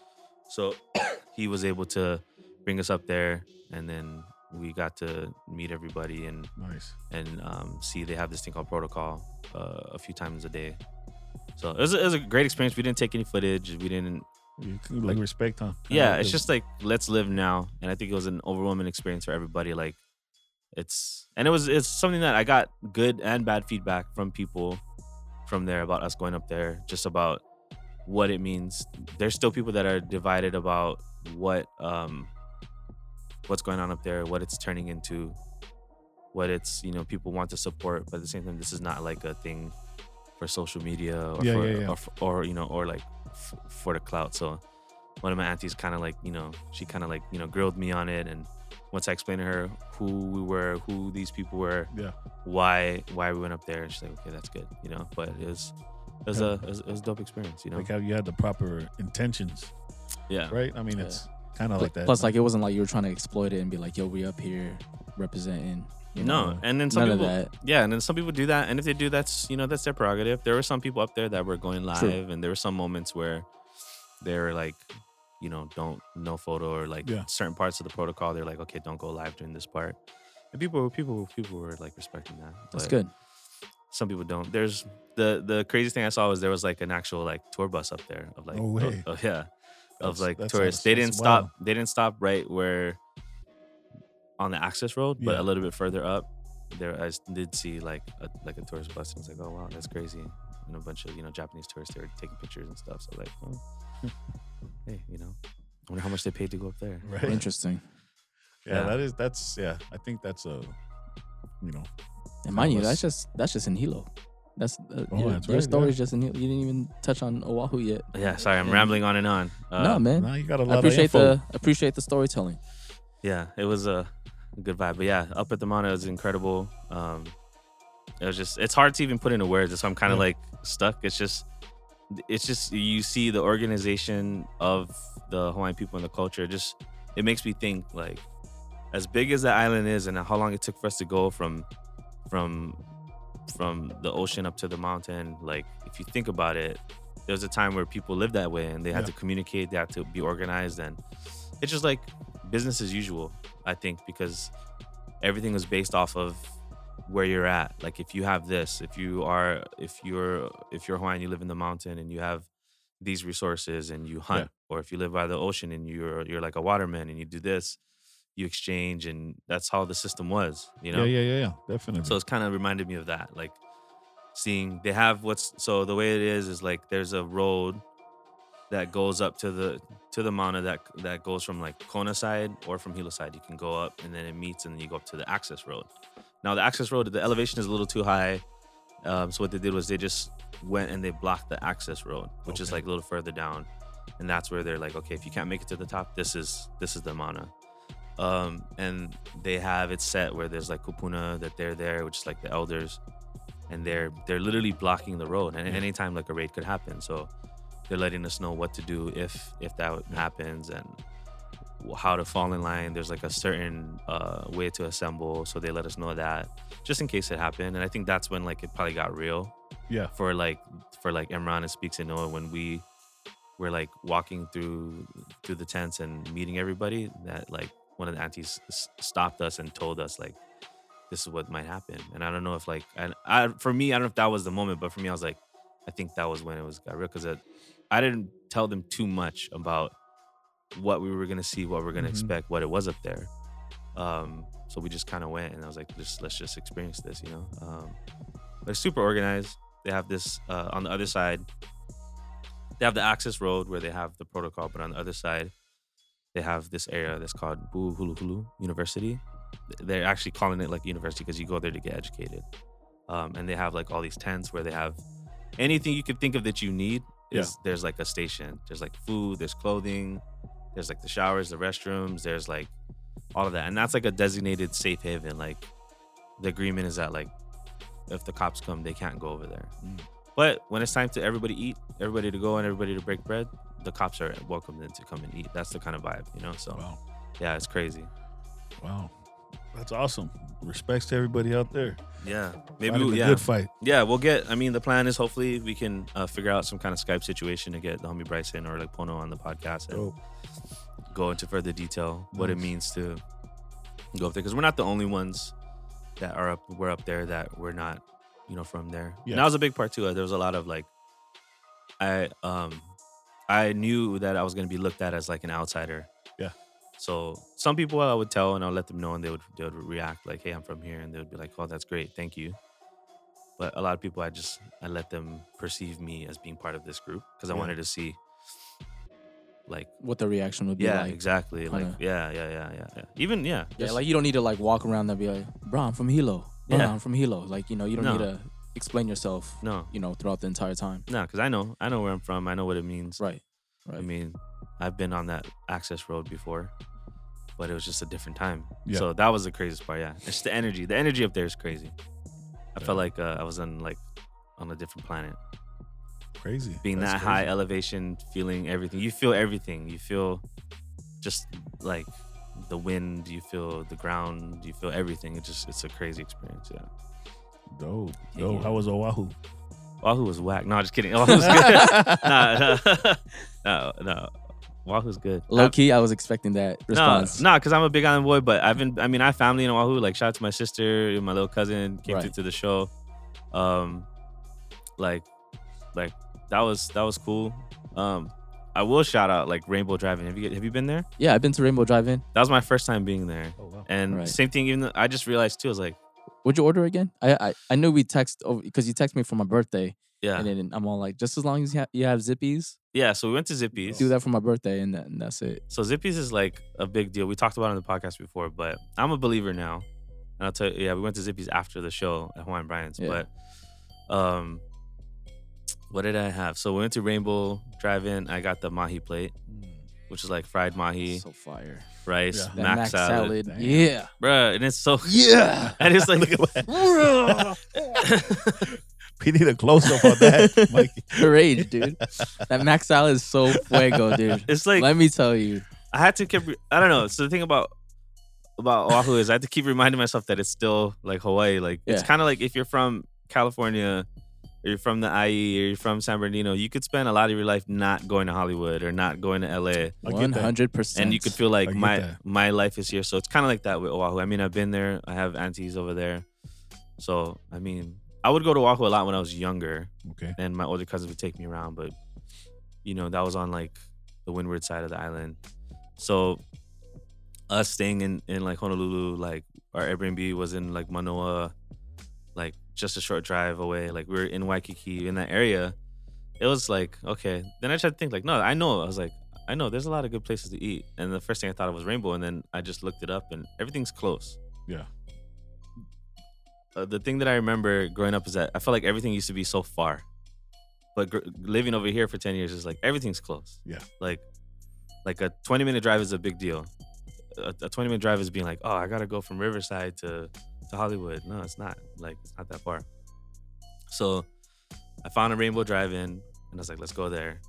Speaker 1: so *coughs* he was able to bring us up there, and then we got to meet everybody and
Speaker 2: Nice.
Speaker 1: and um, see they have this thing called protocol uh, a few times a day. So it was, a, it was a great experience. We didn't take any footage. We didn't.
Speaker 2: You can, like respect, huh?
Speaker 1: Yeah, it's just like let's live now, and I think it was an overwhelming experience for everybody. Like it's and it was it's something that I got good and bad feedback from people from there about us going up there, just about what it means. There's still people that are divided about what um what's going on up there, what it's turning into, what it's you know people want to support, but at the same time, this is not like a thing for social media or
Speaker 2: Yeah,
Speaker 1: for,
Speaker 2: yeah, yeah.
Speaker 1: Or, f- or you know or like f- for the clout. So one of my aunties kind of like you know she kind of like you know grilled me on it and. Once I explained to her who we were, who these people were,
Speaker 2: Yeah.
Speaker 1: why why we went up there, and she's like, okay, that's good, you know. But it was it was
Speaker 2: Yeah.
Speaker 1: a it was, it was a dope experience, you know.
Speaker 2: like how you had the proper intentions,
Speaker 1: yeah,
Speaker 2: right? I mean,
Speaker 3: Yeah.
Speaker 2: it's kind of
Speaker 3: Pl-
Speaker 2: like that.
Speaker 3: Plus, like it wasn't like you were trying to exploit it and be like, "Yo, we up here representing." You know,
Speaker 1: No, and then some
Speaker 3: none of
Speaker 1: people,
Speaker 3: that.
Speaker 1: yeah, and then some people do that, and if they do, that's you know that's their prerogative. There were some people up there that were going live,
Speaker 3: True.
Speaker 1: and there were some moments where they were like, you know, don't no photo or like
Speaker 2: Yeah.
Speaker 1: certain parts of the protocol. They're like, okay, don't go live during this part. And people, were- people, were- people were like respecting that.
Speaker 3: That's
Speaker 1: but
Speaker 3: good.
Speaker 1: Some people don't. There's the the craziest thing I saw was there was like an actual like tour bus up there of like
Speaker 2: No way.
Speaker 1: Of, of- yeah of
Speaker 2: That's-
Speaker 1: like
Speaker 2: that's
Speaker 1: tourists.
Speaker 2: awes-
Speaker 1: They
Speaker 2: that's
Speaker 1: didn't
Speaker 2: wild.
Speaker 1: stop. They didn't stop right where on the access road, but
Speaker 2: Yeah.
Speaker 1: a little bit further up. There, I s- did see like a, like a tourist bus, and I was like, "Oh wow, that's crazy!" And a bunch of you know Japanese tourists they were taking pictures and stuff. So like, oh,
Speaker 2: *laughs*
Speaker 1: hey, you know, I wonder how much they paid to go up there.
Speaker 2: *laughs* right?
Speaker 3: Interesting.
Speaker 2: yeah,
Speaker 1: yeah.
Speaker 2: that is. That's yeah. I think that's a, you know,
Speaker 3: And mind you,
Speaker 2: was-
Speaker 3: that's just that's just in Hilo. That's uh,
Speaker 2: Oh,
Speaker 3: your,
Speaker 2: that's
Speaker 3: your
Speaker 2: right,
Speaker 3: story's just in Hilo. You didn't even touch on Oahu yet.
Speaker 1: Yeah, sorry, I'm
Speaker 3: Yeah.
Speaker 1: rambling on and on. Uh,
Speaker 3: no, man.
Speaker 2: now you got a lot
Speaker 3: I
Speaker 2: of
Speaker 3: appreciate
Speaker 2: info.
Speaker 3: the appreciate the storytelling.
Speaker 1: yeah, it was a good vibe. But yeah, up at the mountain was incredible. Um, it was just it's hard to even put into words. That's why I'm kind of
Speaker 2: Yeah.
Speaker 1: like stuck. It's just it's just you see the organization of the Hawaiian people and the culture. It Just it makes me think like as big as the island is and how long it took for us to go from from from the ocean up to the mountain. Like if you think about it, there was a time where people lived that way and they had
Speaker 2: Yeah.
Speaker 1: to communicate, they had to be organized, and it's just like business as usual. I think because everything was based off of where you're at. Like if you have this, if you are, if you're, if you're Hawaiian, you live in the mountain and you have these resources and you hunt, or if you live by the ocean and you're you're like a waterman and you do this, you exchange, and that's how the system was. You know,
Speaker 2: yeah, yeah, yeah, yeah, definitely.
Speaker 1: so it's kind of reminded me of that, like seeing they have what's so the way it is is like there's a road that goes up to the to the Mauna that that goes from like Kona side or from Hilo side. You can go up and then it meets and then you go up to the access road. Now the access road, the elevation is a little too high. Um, so what they did was they just went and they blocked the access road, which is
Speaker 2: Okay.
Speaker 1: like a little further down, and that's where they're like, okay, if you can't make it to the top, this is this is the Mauna. Um, and they have it set where there's like kupuna that they're there, which is like the elders, and they're they're literally blocking the road, and at
Speaker 2: Yeah.
Speaker 1: any time like a raid could happen. So they're letting us know what to do if if that happens and how to fall in line. There's like a certain uh, way to assemble, so they let us know that just in case it happened. And I think that's when like it probably got real
Speaker 2: yeah,
Speaker 1: for like for like Imran and Speaks and Noah when we were like walking through through the tents and meeting everybody that like one of the aunties s- stopped us and told us like this is what might happen and I don't know if like and I for me I don't know if that was the moment but for me I was like I think that was when it was got real because I didn't tell them too much about what we were gonna see, what we are gonna
Speaker 3: Mhm.
Speaker 1: expect, what it was up there. Um, so we just kind of went, and I was like, just let's just experience this, you know. Um, they're super organized. They have this uh, on the other side. They have the access road where they have the protocol, but on the other side, they have this area that's called Boo Hulu Hulu University. They're actually calling it like university because you go there to get educated. Um, and they have like all these tents where they have anything you could think of that you need. Is there's like a station. There's like food. There's clothing. There's like the showers, the restrooms. There's like all of that, and that's like a designated safe haven. Like the agreement is that like if the cops come, they can't go over there.
Speaker 2: Mm.
Speaker 1: But when it's time to everybody eat, everybody to go, and everybody to break bread, the cops are welcome then to come and eat. That's the kind of vibe, you know. So
Speaker 2: Wow.
Speaker 1: yeah, it's crazy.
Speaker 2: Wow. That's awesome. Respects to everybody out there.
Speaker 1: Yeah,
Speaker 2: Fight
Speaker 1: maybe
Speaker 2: it
Speaker 1: we,
Speaker 2: a
Speaker 1: yeah,
Speaker 2: good fight.
Speaker 1: yeah. We'll get. I mean, the plan is hopefully we can uh, figure out some kind of Skype situation to get the homie Bryson or like Pono on the podcast and
Speaker 2: Dope.
Speaker 1: go into further detail what it
Speaker 2: Nice.
Speaker 1: means to go up there because we're not the only ones that are up. We're up there that we're not, you know, from there.
Speaker 2: Yeah.
Speaker 1: And that was a big part too. Uh, There was a lot of like, I um, I knew that I was gonna be looked at as like an outsider.
Speaker 2: Yeah.
Speaker 1: So some people I would tell and I'll let them know and they would they would react like, hey, I'm from here, and they would be like, oh, that's great, thank you. But a lot of people, I just I let them perceive me as being part of this group because I
Speaker 2: Yeah.
Speaker 1: wanted to see, like
Speaker 3: what the reaction would be
Speaker 1: yeah
Speaker 3: like.
Speaker 1: exactly like
Speaker 3: kinda-
Speaker 1: yeah yeah yeah yeah yeah even yeah
Speaker 3: Yeah,
Speaker 1: just-
Speaker 3: like you don't need to like walk around and be like, bro, I'm from Hilo. Bro,
Speaker 1: Yeah.
Speaker 3: I'm from Hilo. Like, you know, you don't
Speaker 1: No.
Speaker 3: need to explain yourself,
Speaker 1: no
Speaker 3: you know, throughout the entire time.
Speaker 1: no because i know i know where i'm from i know what it means
Speaker 3: Right. Right.
Speaker 1: i mean i've been on that access road before but it was just a different time
Speaker 2: Yeah.
Speaker 1: so that was the craziest part yeah it's just the energy the energy up there is crazy i felt like uh, i was on like on a different planet
Speaker 2: Crazy.
Speaker 1: being
Speaker 2: That's
Speaker 1: that
Speaker 2: crazy.
Speaker 1: high elevation feeling everything you feel everything you feel just like the wind you feel the ground you feel everything it's just it's a crazy experience yeah
Speaker 2: Dope.
Speaker 1: Yeah.
Speaker 2: Dope. How was Oahu?
Speaker 1: Wahoo was whack. No, just kidding. *laughs* Wahoo's
Speaker 3: *laughs*
Speaker 1: good. nah, nah, *laughs* no, no. Wahoo's good.
Speaker 3: Low key, I was expecting that
Speaker 1: I, no,
Speaker 3: response.
Speaker 1: no, because I'm a big island boy, but I've been, I mean, I have family in Oahu. Like, shout out to my sister, and my little cousin came through
Speaker 3: Right.
Speaker 1: to the show. Um, like, like that was that was cool. Um, I will shout out like Rainbow Driving. Have you have you been there?
Speaker 3: Yeah, I've been to Rainbow Drive In.
Speaker 1: That was my first time being there,
Speaker 2: Oh wow.
Speaker 1: and
Speaker 3: Right.
Speaker 1: same thing. Even though I just realized too, I was like,
Speaker 3: What'd you order again? I I, I knew we text over because you text me for my birthday,
Speaker 1: yeah,
Speaker 3: and then I'm all like, just as long as you have, you have zippies,
Speaker 1: yeah. So we went to Zippy's.
Speaker 3: do that for my birthday, and, that, and that's it.
Speaker 1: So Zippies is like a big deal. We talked about it on the podcast before, but I'm a believer now. And I'll tell you, yeah, we went to Zippies after the show at Hawaiian Bryant's.
Speaker 3: Yeah.
Speaker 1: But um what did I have? So we went to Rainbow Drive In. I got the mahi plate,
Speaker 2: Hmm.
Speaker 1: which is like fried mahi,
Speaker 3: So fire.
Speaker 1: rice,
Speaker 2: Yeah.
Speaker 3: That
Speaker 1: mac, salad.
Speaker 2: Damn.
Speaker 3: Yeah. *laughs*
Speaker 1: Bruh, and it's so *laughs*
Speaker 2: Yeah.
Speaker 1: and it's like
Speaker 2: Look at that. we need a close up on
Speaker 1: *laughs*
Speaker 2: that, Mike.
Speaker 3: Rage, dude. that mac salad is so
Speaker 1: *laughs*
Speaker 3: fuego, dude.
Speaker 1: it's like
Speaker 3: Let me tell you.
Speaker 1: I had to keep. I don't know. So the thing about about Oahu is I had to keep reminding myself that it's still like Hawaii. Like it's
Speaker 3: Yeah.
Speaker 1: kind of like if you're from California, or you're from the IE, or you're from San Bernardino, you could spend a lot of your life not going to Hollywood or not going to LA,
Speaker 2: I get that.
Speaker 3: 100%.
Speaker 1: and you could feel
Speaker 2: I
Speaker 1: like
Speaker 2: get
Speaker 1: my
Speaker 2: that.
Speaker 1: my life is here. So it's kind of like that with Oahu. I mean, I've been there. I have aunties over there. So I mean, I would go to Oahu a lot when I was younger,
Speaker 2: Okay.
Speaker 1: and my older cousins would take me around. But you know, that was on like the windward side of the island. So us staying in in like Honolulu, like our Airbnb was in like Manoa, like just a short drive away. Like we were in Waikiki in that area. It was like okay. Then I tried to think like no, I know. I was like I know. There's a lot of good places to eat. And the first thing I thought of was Rainbow, and then I just looked it up, and everything's close.
Speaker 2: Yeah.
Speaker 1: Uh, the thing that I remember growing up is that I felt like everything used to be so far, but gr- living over here for ten years is like everything's close.
Speaker 2: Yeah.
Speaker 1: Like, like a twenty minute drive is a big deal a, a 20 minute drive is being like, oh, I gotta go from Riverside to to Hollywood. No, it's not. Like it's not that far. So I found a Rainbow Drive in and I was like, let's go there.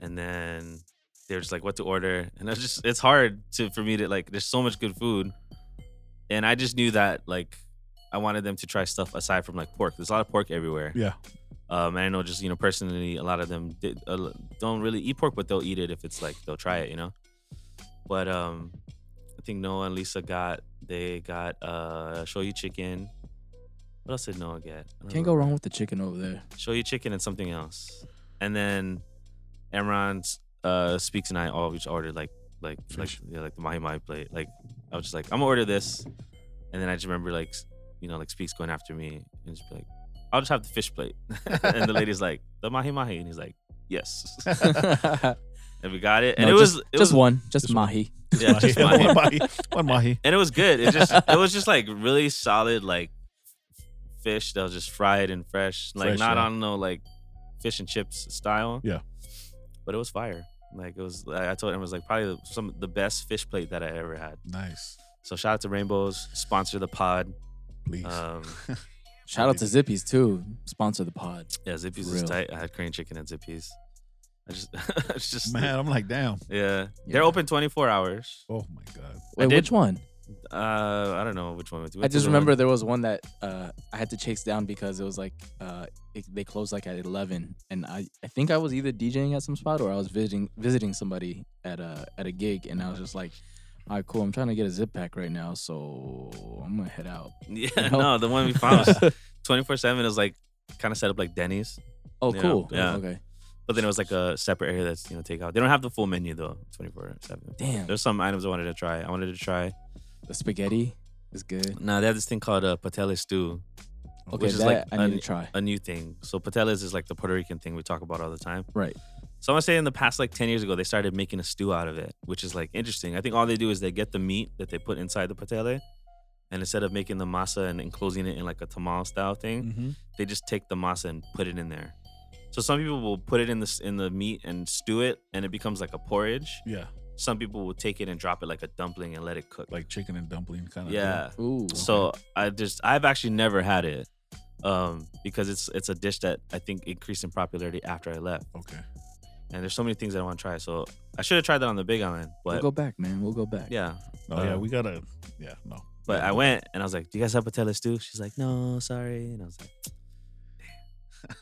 Speaker 1: And then they were just like, what to order? And it's just it's hard to for me to like there's so much good food. And I just knew that like I wanted them to try stuff aside from like pork. There's a lot of pork everywhere.
Speaker 2: Yeah.
Speaker 1: Um, and I know just you know personally, a lot of them did, uh, don't really eat pork, but they'll eat it if it's like they'll try it, you know. But um, I think Noah and Lisa got they got uh shoyu chicken. What else did Noah get? I don't
Speaker 3: Can't go
Speaker 1: remember.
Speaker 3: wrong with the chicken over there.
Speaker 1: Shoyu chicken and something else. and then Emron's uh, speaks and I always ordered like like
Speaker 2: Fish.
Speaker 1: like yeah, like the mahi mahi plate. Like I was just like I'm gonna order this, and then I just remember like s- you know like speaks going after me and just be like I'll just have the fish plate, and the lady's like the mahi mahi, and he's like yes, and we got
Speaker 3: *laughs*
Speaker 1: it, *laughs* and
Speaker 3: No,
Speaker 1: it was
Speaker 3: just,
Speaker 1: it
Speaker 3: just
Speaker 1: was
Speaker 3: one, just
Speaker 2: just one.
Speaker 3: mahi.
Speaker 1: *laughs* yeah, just mahi.
Speaker 2: one mahi. One mahi.
Speaker 1: and it was good. It just it was
Speaker 2: *laughs*
Speaker 1: just like really solid like fish that was just fried and fresh, like
Speaker 2: Fresh,
Speaker 1: not
Speaker 2: yeah.
Speaker 1: on no like fish and chips style.
Speaker 2: Yeah.
Speaker 1: but it was fire. Like it was, I I told him it was like probably some the best fish plate that I ever had.
Speaker 2: Nice.
Speaker 1: So shout out to Rainbows, sponsor the pod.
Speaker 2: Please.
Speaker 1: Um,
Speaker 3: Shout out to Zippies too, sponsor the pod.
Speaker 1: yeah, Zippy's
Speaker 3: For
Speaker 1: is
Speaker 3: real.
Speaker 1: tight. I had Korean chicken at Zippy's. I just, *laughs* it's just
Speaker 2: Man, I'm like, damn.
Speaker 1: yeah.
Speaker 3: Yeah.
Speaker 1: They're open twenty four hours.
Speaker 2: Oh my god.
Speaker 3: Wait,
Speaker 1: did-
Speaker 3: which one?
Speaker 1: Uh, I don't know which one.
Speaker 3: I just remember there was one that uh, I had to chase down because it was like uh, it, they closed like at eleven, and I, I think I was either DJing at some spot or I was visiting visiting somebody at a at a gig, and I was just like, "All right, cool, I'm trying to get a zip pack right now, so I'm gonna
Speaker 1: *laughs*
Speaker 3: head out."
Speaker 1: *laughs* Yeah,
Speaker 3: *laughs* No.
Speaker 1: no, the one we found was twenty four seven. Is like kind of set up like Denny's.
Speaker 3: Oh,
Speaker 1: Yeah,
Speaker 3: cool.
Speaker 1: yeah.
Speaker 3: Okay.
Speaker 1: But then it was like a separate area that's you know takeout. They don't have the full menu though, twenty four seven.
Speaker 3: Damn,
Speaker 1: There's some items I wanted to try. I wanted to try.
Speaker 3: the spaghetti is good.
Speaker 1: Now they have this thing called uh, patella stew,
Speaker 3: Okay,
Speaker 1: which is
Speaker 3: that
Speaker 1: like
Speaker 3: I need
Speaker 1: an-
Speaker 3: to try.
Speaker 1: a new thing. So patelas is like the Puerto Rican thing we talk about all the time.
Speaker 3: Right.
Speaker 1: So I'm gonna say in the past like ten years ago they started making a stew out of it, which is like interesting. I think all they do is they get the meat that they put inside the patella, and instead of making the masa and enclosing it in like a tamal style thing,
Speaker 2: Mm-hmm.
Speaker 1: they just take the masa and put it in there. So some people will put it in the s- in the meat and stew it, and it becomes like a porridge.
Speaker 2: Yeah,
Speaker 1: Some people will take it and drop it like a dumpling and let it cook.
Speaker 2: like chicken and dumpling
Speaker 3: uh,
Speaker 2: kind of.
Speaker 1: yeah.
Speaker 3: Ooh.
Speaker 1: So I just I've actually never had it, um, because it's it's a dish that I think increased in popularity after I left,
Speaker 2: Okay.
Speaker 1: and there's so many things that I want to try. So I should have tried that on the Big Island,
Speaker 3: we'll
Speaker 1: but
Speaker 3: go back, man. We'll go back.
Speaker 1: yeah.
Speaker 2: No, yeah,
Speaker 1: Uh,
Speaker 2: we gotta. Yeah, no.
Speaker 1: But I went and I was like, "Do you guys have patellas too?" She's like, "No, sorry," and I
Speaker 2: *laughs*
Speaker 1: was like.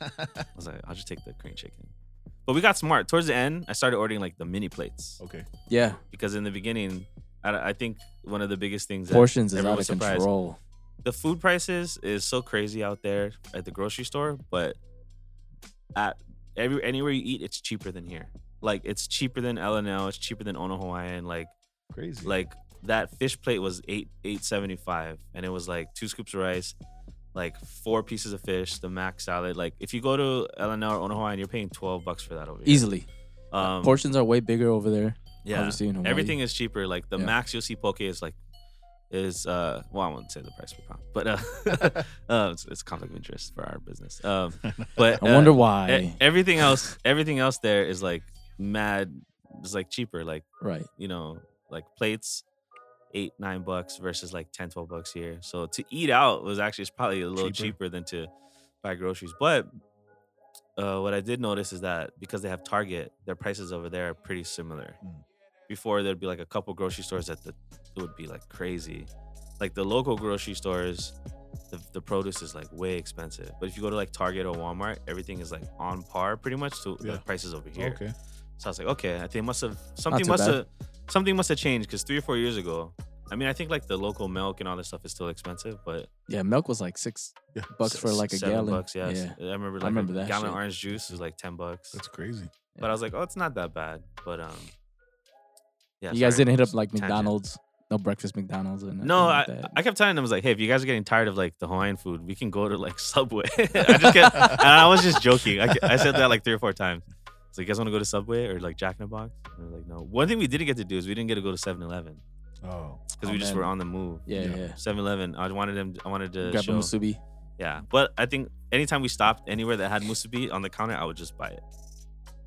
Speaker 1: I was like, I'll just take the Korean chicken. But we got smart. Towards the end, I started ordering like the mini plates
Speaker 2: okay.
Speaker 3: Yeah.
Speaker 1: because in the beginning, I, I think one of the biggest things that
Speaker 3: Portions is
Speaker 1: everyone
Speaker 3: out of
Speaker 1: was surprised.
Speaker 3: control.
Speaker 1: the food prices is so crazy out there at the grocery store, but at every anywhere you eat, it's cheaper than here. Like it's cheaper than LNL, it's cheaper than Ono Hawaiian. Like
Speaker 2: Crazy.
Speaker 1: like that fish plate was eight eight seventy five, and it was like two scoops of rice, like four pieces of fish, the mac salad. Like if you go to LNL or Ono Hawaiian, you're paying twelve bucks for that over here.
Speaker 3: Easily.
Speaker 1: Um,
Speaker 3: Portions are way bigger over there.
Speaker 1: yeah,
Speaker 3: Obviously in Hawaii.
Speaker 1: everything is cheaper. Like the
Speaker 3: Yeah.
Speaker 1: max you'll see poke is like is uh well I wouldn't say the price per pound, but
Speaker 3: *laughs*
Speaker 1: uh, *laughs* uh it's, it's conflict of interest for our business. Um, but
Speaker 3: *laughs* I wonder
Speaker 1: uh,
Speaker 3: why.
Speaker 1: e- everything else everything else there is like mad is like cheaper. Like
Speaker 3: right.
Speaker 1: you know like plates eight nine bucks versus like 10 12 bucks here so to eat out was actually it's probably a little
Speaker 2: Cheaper.
Speaker 1: cheaper, than to buy groceries but uh, what i did notice is that because they have target their prices over there are pretty similar
Speaker 2: Mm.
Speaker 1: before there'd be like a couple grocery stores that the, it would be like crazy like the local grocery stores the, the produce is like way expensive but if you go to like target or walmart everything is like on par pretty much to
Speaker 2: Yeah.
Speaker 1: the prices over here
Speaker 2: okay.
Speaker 1: so I was like, okay, I think must have something
Speaker 3: too
Speaker 1: must
Speaker 3: bad.
Speaker 1: have something must have changed because three or four years ago, I mean, I think like the local milk and all this stuff is still expensive, but
Speaker 3: Yeah, milk was like six
Speaker 2: Yeah.
Speaker 3: bucks
Speaker 1: s-
Speaker 3: for like a
Speaker 1: seven
Speaker 3: gallon.
Speaker 1: Bucks, yes.
Speaker 3: Yeah.
Speaker 1: I remember like
Speaker 3: remember
Speaker 1: a
Speaker 3: that
Speaker 1: gallon
Speaker 3: shit.
Speaker 1: orange juice is like ten bucks,
Speaker 2: That's crazy.
Speaker 1: but I was like, oh, it's not that bad. But um, yeah,
Speaker 3: you guys
Speaker 1: sorry,
Speaker 3: didn't hit up
Speaker 1: just
Speaker 3: like
Speaker 1: tangent.
Speaker 3: McDonald's, no breakfast McDonald's and
Speaker 1: No, I, I kept telling them, I was like, hey, if you guys are getting tired of like the Hawaiian food, we can go to like Subway. *laughs* I just kept, and I was just joking. I, ke- I said that like three or four times. So you guys want to go to Subway or like Jack in the Box? And they're like, no. One thing we didn't get to do is we didn't get to go to 7 Eleven.
Speaker 2: Oh,
Speaker 1: because
Speaker 3: Oh,
Speaker 1: we just
Speaker 3: man.
Speaker 1: were on the move.
Speaker 3: yeah,
Speaker 2: Yeah.
Speaker 3: yeah.
Speaker 1: 7-Eleven. I wanted them. I wanted to
Speaker 3: Grab
Speaker 1: show.
Speaker 3: a musubi.
Speaker 1: *laughs* Yeah, but I think anytime we stopped anywhere that had musubi on the counter, I would just buy it.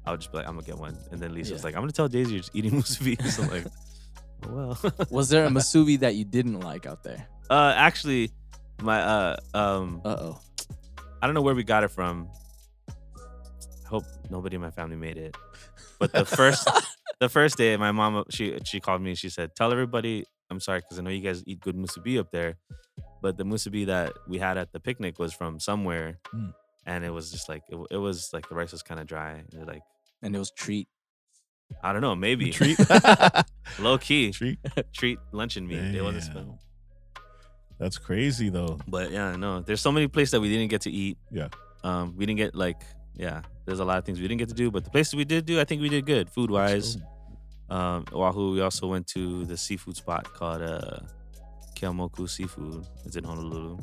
Speaker 1: I would just be like, I'm gonna get one, and then Lisa was
Speaker 3: Yeah.
Speaker 1: like, I'm gonna tell Daisy you're just eating musubi. *laughs* So I'm like, oh, well,
Speaker 3: Was there a musubi that you didn't like out there?
Speaker 1: uh, actually, my uh, um,
Speaker 3: Uh oh.
Speaker 1: I don't know where we got it from. I hope nobody in my family made it. But the first the first day, my mom she she called me and she said, "Tell everybody I'm sorry because I know you guys eat good musubi up there, but the musubi that we had at the picnic was from somewhere,
Speaker 2: Mm.
Speaker 1: and it was just like it, it was like the rice was kind of dry. And they're like,
Speaker 3: And it was
Speaker 1: *laughs*
Speaker 3: treat.
Speaker 1: I don't know, maybe
Speaker 2: treat.
Speaker 1: *laughs* low
Speaker 2: *laughs*
Speaker 1: key
Speaker 2: treat.
Speaker 1: treat luncheon meat. It wasn't
Speaker 2: Damn.
Speaker 1: spent.
Speaker 2: That's crazy though.
Speaker 1: But yeah, no, there's so many places that we didn't get to eat.
Speaker 2: Yeah.
Speaker 1: Um, we didn't get like yeah, there's a lot of things we didn't get to do, but the places we did do, I think we did good food wise. Um, Oahu, we also went to the seafood spot called uh, Keomoku Seafood. It's in Honolulu.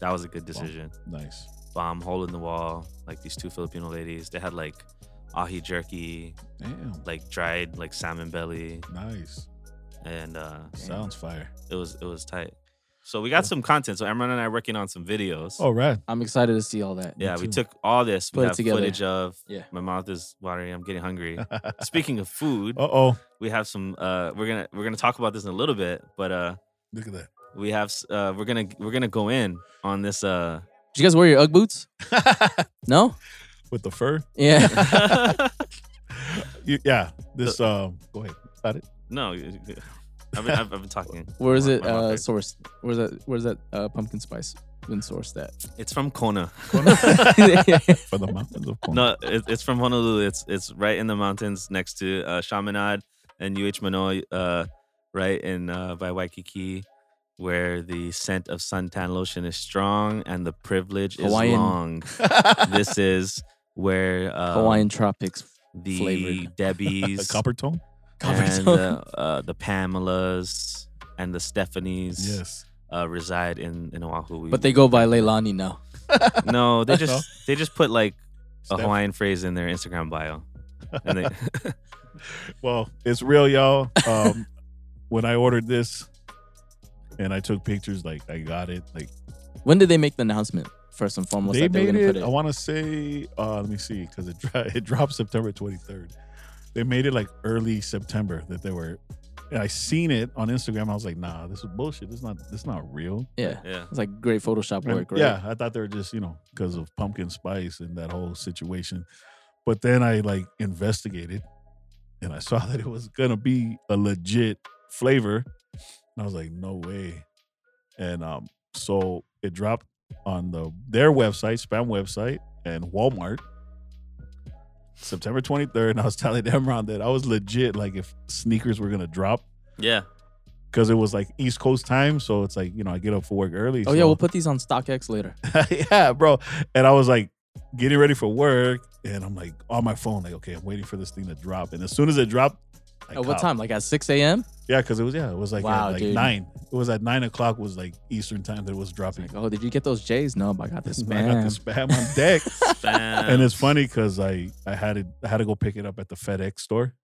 Speaker 1: That was a good decision.
Speaker 2: Nice.
Speaker 1: Bomb hole in the wall. Like these two Filipino ladies, they had like ahi jerky,
Speaker 2: Damn.
Speaker 1: like dried like salmon belly,
Speaker 2: Nice.
Speaker 1: and uh,
Speaker 2: Sounds fire.
Speaker 1: it was it was tight. So we got some content. So Amran and I are working on some videos.
Speaker 2: All right.
Speaker 3: I'm excited to see all that.
Speaker 1: Yeah, we
Speaker 2: too.
Speaker 1: took all this. We
Speaker 3: Put it
Speaker 1: have
Speaker 3: together.
Speaker 1: footage of.
Speaker 3: Yeah.
Speaker 1: My mouth is watering. I'm getting
Speaker 3: *laughs*
Speaker 1: hungry.
Speaker 2: uh
Speaker 1: Speaking of food,
Speaker 2: oh.
Speaker 1: we have some. Uh, we're gonna we're gonna talk about this in a little bit, but uh,
Speaker 2: Look at that.
Speaker 1: we have s- uh, we're gonna we're gonna go in on this. Uh,
Speaker 3: Did you guys wear your
Speaker 1: *laughs*
Speaker 3: UGG boots? No.
Speaker 2: With the fur.
Speaker 3: Yeah.
Speaker 2: You- yeah. This. Um. Go ahead. Got it.
Speaker 1: no, you- you- *laughs* I've been, I've, I've been talking.
Speaker 3: *laughs* Where is
Speaker 1: My-
Speaker 3: it
Speaker 1: my mouth
Speaker 3: uh,
Speaker 1: hurts.
Speaker 3: sourced? Where's that? Where's that uh, pumpkin spice been sourced
Speaker 1: *laughs*
Speaker 3: at? *laughs*
Speaker 1: It's from Kona.
Speaker 2: For the mountains of Kona.
Speaker 1: No, it, it's from Honolulu. It's it's right in the mountains next to uh, Chaminade and UH Manoa, uh, right in uh, by Waikiki, where the scent of suntan lotion is strong and the privilege is
Speaker 3: Hawaiian.
Speaker 1: long. this is where um,
Speaker 3: Hawaiian tropics.
Speaker 1: the
Speaker 3: flavored. *laughs*
Speaker 2: The
Speaker 1: Debbie's
Speaker 2: copper tone.
Speaker 1: and the, uh, the Pamela's and the Stephanies
Speaker 2: Yes.
Speaker 1: uh, reside in in Oahu. We-
Speaker 3: But they go by Leilani now.
Speaker 1: no, they
Speaker 2: No.
Speaker 1: just they just put like a
Speaker 2: Steph-
Speaker 1: Hawaiian phrase in their Instagram bio. And they,
Speaker 2: *laughs*
Speaker 1: *laughs*
Speaker 2: Well, it's real, y'all. Um, *laughs* when I ordered this, and I took pictures, like I got it. Like
Speaker 3: When did they make the announcement? First and foremost,
Speaker 2: they
Speaker 3: that they were
Speaker 2: made
Speaker 3: gonna
Speaker 2: it,
Speaker 3: put it.
Speaker 2: I want to say. Uh, let me see, because it dro- it dropped September twenty third. They made it like early September that they were. and I seen it on Instagram. I was like, nah, this is bullshit. This is not this is not real.
Speaker 3: yeah.
Speaker 1: yeah.
Speaker 3: It's like great Photoshop
Speaker 2: And-
Speaker 3: work, right?
Speaker 2: Yeah, I thought they were just, you know, because of pumpkin spice and that whole situation. But then I like investigated and I saw *laughs* that it was gonna be a legit flavor. And I was like, no way. And um, so it dropped on the their website, spam website, and Walmart. September 23rd, and I was *laughs* telling Emron that I was legit like if sneakers were gonna drop
Speaker 1: Yeah.
Speaker 2: *laughs* because it was like East Coast time, so it's like you know I get up for work early.
Speaker 3: Oh yeah,
Speaker 2: so-
Speaker 3: we'll put these on StockX later.
Speaker 2: *laughs* yeah, bro. And I was like getting ready for work, and I'm like on my phone, like, okay, I'm waiting for this thing to drop. And as soon as it dropped, I
Speaker 3: At what
Speaker 2: copped.
Speaker 3: time? Like at 6 a.m.
Speaker 2: Yeah, because it was yeah, it was like
Speaker 3: Wow,
Speaker 2: at like
Speaker 3: dude.
Speaker 2: nine. It was at nine o'clock was like Eastern time that it was dropping.
Speaker 3: Like, oh, did you get those J's? No, but I got the
Speaker 2: And *laughs* I got the
Speaker 3: spam.
Speaker 2: spam on
Speaker 3: *laughs*
Speaker 2: deck.
Speaker 1: Bam.
Speaker 2: and it's funny because I I had it I had to go pick it up at the FedEx store.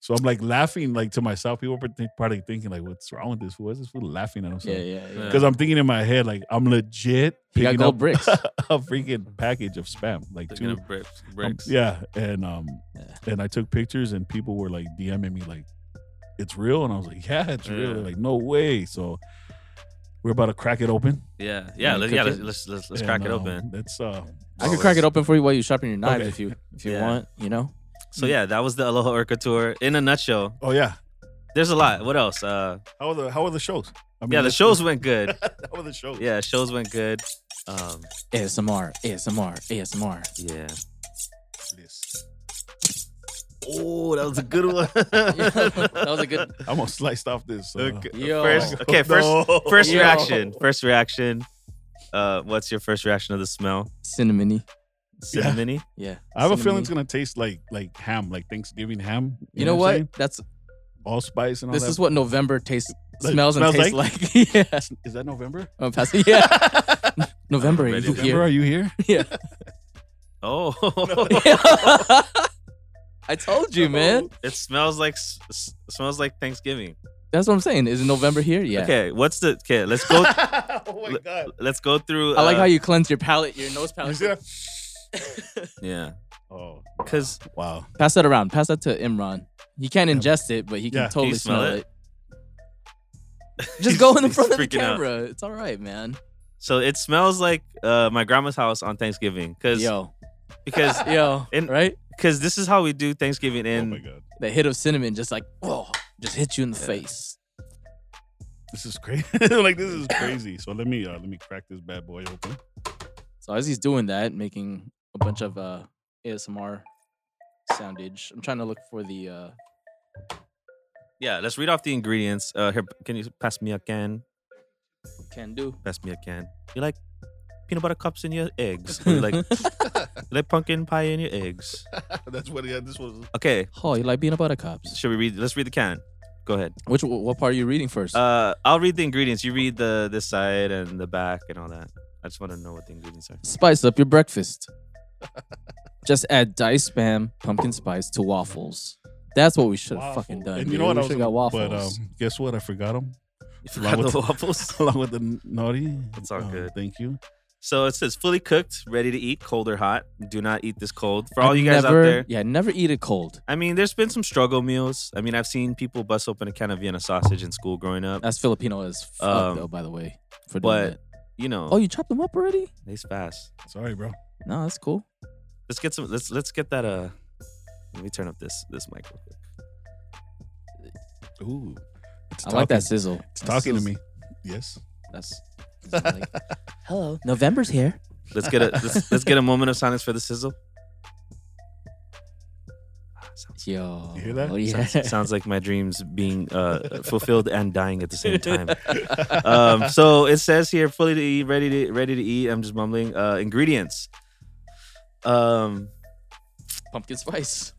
Speaker 2: So I'm like laughing like to myself. People were thi- probably thinking like, "What's wrong with this fool? What's this fool laughing at
Speaker 3: Yeah,
Speaker 2: himself?"
Speaker 3: yeah, yeah.
Speaker 1: Yeah.
Speaker 2: Because I'm thinking in my head like, I'm legit
Speaker 3: He got
Speaker 2: picking
Speaker 3: gold
Speaker 2: up *laughs*
Speaker 3: bricks.
Speaker 2: a freaking package of spam, like
Speaker 1: Picking
Speaker 2: two,
Speaker 1: up bricks.
Speaker 2: Um,
Speaker 1: bricks.
Speaker 2: yeah, and um,
Speaker 3: Yeah.
Speaker 2: and I took pictures, and people were like DMing me like, "It's real," and I was like, "Yeah, it's real."
Speaker 1: Yeah.
Speaker 2: They're like, "No way!" So we're about to crack it open.
Speaker 1: Yeah. Yeah.
Speaker 3: you
Speaker 1: Let's,
Speaker 3: cook
Speaker 1: yeah
Speaker 3: it?
Speaker 1: let's, let's, let's, let's
Speaker 2: and,
Speaker 1: crack it
Speaker 2: um,
Speaker 1: open.
Speaker 2: That's uh,
Speaker 3: I could crack it open for you while you're sharpening your knives
Speaker 2: Okay.
Speaker 3: if you if you
Speaker 1: Yeah.
Speaker 3: want. You know,
Speaker 1: So yeah, that was the Aloha Orca tour in a nutshell.
Speaker 2: oh yeah.
Speaker 1: There's a lot. What else? Uh,
Speaker 2: How are the How are the shows? I mean,
Speaker 1: yeah, the
Speaker 2: let's-
Speaker 1: shows went good.
Speaker 2: *laughs* How are the shows?
Speaker 1: Yeah, shows went good. Um,
Speaker 3: ASMR, ASMR,
Speaker 2: *laughs*
Speaker 3: ASMR.
Speaker 1: yeah.
Speaker 2: Yes.
Speaker 1: Oh, that was a good one.
Speaker 3: that was a good.
Speaker 2: I'm gonna slice off this. Uh,
Speaker 1: *laughs* Okay,
Speaker 3: Yo.
Speaker 2: *laughs*
Speaker 1: First, okay, first,
Speaker 2: No.
Speaker 1: first
Speaker 3: Yo.
Speaker 1: reaction. First reaction. Uh, what's your first reaction of the smell?
Speaker 3: Cinnamony.
Speaker 2: Yeah.
Speaker 3: *laughs*
Speaker 1: Cinnamony.
Speaker 2: I
Speaker 3: Yeah.
Speaker 2: have a
Speaker 3: cinnamony.
Speaker 2: feeling it's
Speaker 1: Mm.
Speaker 2: gonna taste like like ham, like Thanksgiving ham.
Speaker 3: You, know
Speaker 2: I'm
Speaker 3: what?
Speaker 2: saying?
Speaker 3: That's
Speaker 2: Allspice and all
Speaker 3: this
Speaker 2: that.
Speaker 3: is what November tastes,
Speaker 2: Like,
Speaker 3: smells, and
Speaker 2: smells
Speaker 3: tastes like. *laughs* yeah.
Speaker 2: is that November?
Speaker 3: I'm passing.
Speaker 2: *laughs*
Speaker 3: Yeah. November.
Speaker 1: I'm ready
Speaker 3: You
Speaker 1: to
Speaker 2: November, are
Speaker 3: here?
Speaker 2: you here?
Speaker 3: Yeah.
Speaker 1: Oh, *laughs*
Speaker 3: I told you, man.
Speaker 1: it smells like s- s- smells like Thanksgiving.
Speaker 3: *laughs* That's what I'm saying. Is it November here? Yeah.
Speaker 1: Okay, what's the okay? Let's
Speaker 3: *laughs*
Speaker 1: go.
Speaker 2: oh my god.
Speaker 1: let's go through.
Speaker 3: I like
Speaker 1: uh,
Speaker 3: how you cleanse your palate, your nose
Speaker 2: You
Speaker 3: palate.
Speaker 2: see that?
Speaker 1: Yeah,
Speaker 2: *laughs* Oh,
Speaker 1: because
Speaker 2: wow.
Speaker 3: Pass that around. Pass that to Imran. He can't
Speaker 2: Yeah.
Speaker 3: ingest it, but he can
Speaker 2: Yeah.
Speaker 3: totally
Speaker 1: Can you smell
Speaker 3: smell,
Speaker 1: it?
Speaker 3: it. Just go in the
Speaker 1: *laughs* He's
Speaker 3: front of the
Speaker 1: freaking out.
Speaker 3: camera. It's all right, man.
Speaker 1: so it smells like uh, my grandma's house on Thanksgiving. Because
Speaker 3: Yo,
Speaker 1: because
Speaker 3: yo,
Speaker 1: And-
Speaker 3: right?
Speaker 1: because this is how we do Thanksgiving
Speaker 2: oh
Speaker 1: in
Speaker 2: my god.
Speaker 3: The hit of cinnamon just like, whoa, just hit you in the face.
Speaker 2: This is crazy. *laughs* like this is crazy. So let me uh, let me crack this bad boy open.
Speaker 3: So as he's doing that, making a bunch of uh, ASMR soundage, I'm trying to look for the. Uh,
Speaker 1: yeah. Let's read off the ingredients. Uh, here, can you pass me a can?
Speaker 3: can do.
Speaker 1: Pass me a can. You like peanut butter cups in your eggs. Or *laughs* you like let pumpkin pie in your eggs.
Speaker 2: *laughs* That's what yeah, this was.
Speaker 1: Okay,
Speaker 3: Oh, you like peanut butter cups?
Speaker 1: should we read? Let's read the can. Go ahead.
Speaker 3: Which what part are you reading first?
Speaker 1: Uh, I'll read the ingredients. You read the this side and the back and all that. I just want to know what the ingredients are.
Speaker 3: Spice up your *laughs* breakfast. Just add diced spam, pumpkin spice to waffles. That's what we should have fucking done.
Speaker 2: And you
Speaker 3: dude.
Speaker 2: know what?
Speaker 3: We
Speaker 2: I was
Speaker 3: should got waffles.
Speaker 2: But um, guess what? I forgot them
Speaker 1: *laughs* You forgot
Speaker 2: with
Speaker 1: the *laughs* waffles.
Speaker 2: *laughs* along with the n- naughty.
Speaker 1: It's all
Speaker 2: Uh,
Speaker 1: good.
Speaker 2: Thank you.
Speaker 1: So it says fully cooked, ready to eat, cold or hot. Do not eat this cold. For all you guys
Speaker 3: never,
Speaker 1: out there,
Speaker 3: yeah, never eat it cold.
Speaker 1: I mean, there's been some struggle meals. I mean, I've seen people bust open a can of Vienna sausage in school growing up.
Speaker 3: That's Filipino as fuck,
Speaker 1: Um,
Speaker 3: though. By the way, for doing
Speaker 1: but
Speaker 3: that.
Speaker 1: you know,
Speaker 3: Oh, you chopped them up already?
Speaker 1: it's fast.
Speaker 2: Sorry, bro.
Speaker 3: No, that's cool.
Speaker 1: Let's get some. Let's let's get that. Uh, let me turn up this this mic. Real quick.
Speaker 2: Ooh, it's
Speaker 3: I like that
Speaker 2: talking.
Speaker 3: sizzle.
Speaker 2: It's talking to me. Yes. *laughs*
Speaker 3: That's. that's what I like. Hello, November's here.
Speaker 1: Let's get a let's, let's get a moment of silence for the sizzle. Ah, Sounds,
Speaker 3: Yo,
Speaker 2: You hear that?
Speaker 3: Oh, yeah.
Speaker 1: sounds, sounds like my dreams being uh, fulfilled and dying at the same time. um, so it says here fully to eat, ready to ready to eat. I'm just mumbling. Uh, ingredients. Um.
Speaker 3: *laughs* Pumpkin spice.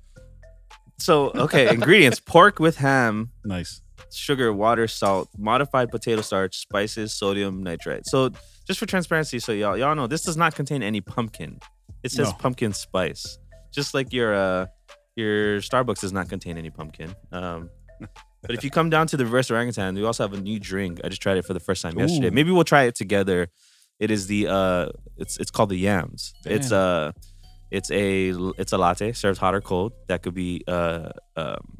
Speaker 1: So okay, ingredients: pork with ham,
Speaker 2: Nice.
Speaker 1: sugar, water, salt, modified potato starch, spices, sodium nitrite. So just for transparency, so y'all y'all know this does not contain any pumpkin. It says
Speaker 2: No.
Speaker 1: pumpkin spice, just like your uh your Starbucks does not contain any pumpkin.
Speaker 2: *laughs*
Speaker 1: Um. But if you come down to the reverse orangutan, we also have a new drink. I just tried it for the first time yesterday.
Speaker 2: Ooh.
Speaker 1: Maybe we'll try it together. It is the uh, it's it's called the yams. It's
Speaker 2: Damn.
Speaker 1: uh, it's a it's a latte served hot or cold. That could be uh, um,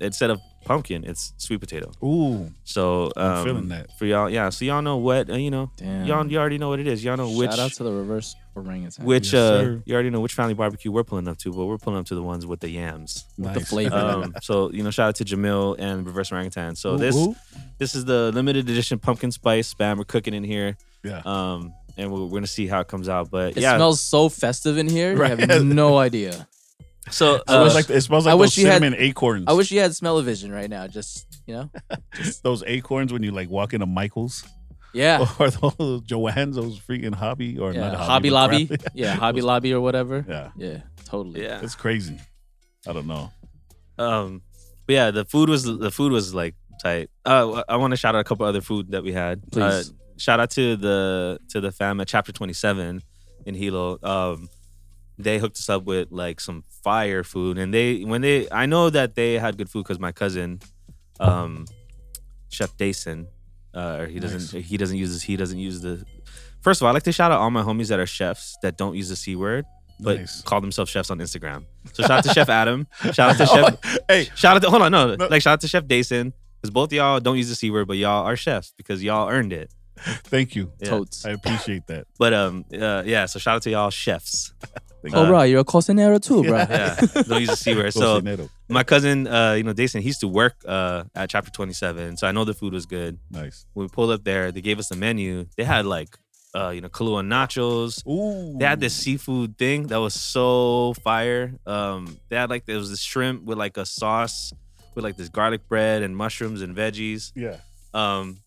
Speaker 1: instead of pumpkin, it's sweet potato.
Speaker 2: Ooh,
Speaker 1: So um,
Speaker 2: I'm feeling that.
Speaker 1: for y'all. Yeah, so y'all know what uh, you know.
Speaker 3: Damn.
Speaker 1: Y'all you already know what it is. Y'all know which
Speaker 3: Shout out to the reverse orangutan.
Speaker 1: which
Speaker 2: Yes,
Speaker 1: uh
Speaker 2: sir.
Speaker 1: you already know which family barbecue we're pulling up to, but we're pulling up to the ones with the yams.
Speaker 3: With
Speaker 2: nice.
Speaker 3: the
Speaker 2: *laughs*
Speaker 3: flavor.
Speaker 1: Um, so you know, shout out to Jamil and Reverse Orangutan. So
Speaker 2: Ooh,
Speaker 1: this
Speaker 2: ooh.
Speaker 1: this is the limited edition pumpkin spice spam we're cooking in here,
Speaker 2: Yeah.
Speaker 1: um, and we're, we're gonna see how it comes out. But
Speaker 3: it
Speaker 1: yeah,
Speaker 3: smells so festive in here.
Speaker 2: Right.
Speaker 3: You
Speaker 1: *laughs*
Speaker 3: have no idea.
Speaker 1: so
Speaker 2: So
Speaker 1: uh,
Speaker 2: it's like, it smells like
Speaker 3: I
Speaker 2: those
Speaker 3: wish you had-
Speaker 2: cinnamon acorns.
Speaker 3: I wish you had smell of vision right now. Just you
Speaker 1: *laughs*
Speaker 3: know.
Speaker 2: *laughs* those acorns when you like walk into Michael's
Speaker 3: Yeah.
Speaker 2: *laughs* or those Joann's, those freaking hobby or
Speaker 3: yeah.
Speaker 2: not
Speaker 3: Hobby
Speaker 2: but
Speaker 1: *laughs*
Speaker 3: Lobby.
Speaker 2: crap.
Speaker 3: yeah. Hobby Lobby or whatever.
Speaker 2: yeah,
Speaker 3: Yeah. Totally.
Speaker 1: yeah,
Speaker 2: it's crazy. I don't know.
Speaker 1: um, but yeah, the food was the food was like tight. Uh, I want to shout out a couple other food that we had.
Speaker 3: Please.
Speaker 1: Uh, shout out to the to the fam at Chapter Twenty Seven in Hilo. Um, they hooked us up with like some fire food, and they when they I know that they had good food because my cousin, um, Chef Dason, uh, or he doesn't he doesn't use this he doesn't use the. First of all, I like to shout out all my homies that are chefs that don't use the c word but
Speaker 2: Nice.
Speaker 1: call themselves chefs on Instagram. So shout out to Chef Adam. *laughs* Shout out to Chef.
Speaker 2: *laughs* hey,
Speaker 1: Shout out to hold on, no,
Speaker 2: Oh. No.
Speaker 1: like shout out to Chef Dason because both y'all don't use the c word, but y'all are chefs because y'all earned it.
Speaker 2: thank you.
Speaker 1: Yeah.
Speaker 3: Totes.
Speaker 2: I
Speaker 1: *laughs*
Speaker 2: appreciate that.
Speaker 1: But um, uh, yeah. So shout out to y'all chefs.
Speaker 2: Thank
Speaker 1: Uh,
Speaker 3: oh, bro, you're a cocinero too, bro. *laughs*
Speaker 1: Yeah, don't use the c word. So
Speaker 2: Cocinero.
Speaker 1: my cousin, uh, you know, Dason, he used to work uh at Chapter Twenty Seven, so I know the food was good.
Speaker 2: nice.
Speaker 1: When we pulled up there, they gave us the menu. They had like, uh, you know, Kahlua nachos.
Speaker 2: Ooh,
Speaker 1: They had this seafood thing that was so fire. Um, they had like there was this shrimp with like a sauce with like this garlic bread and mushrooms and veggies.
Speaker 2: Yeah,
Speaker 1: Um,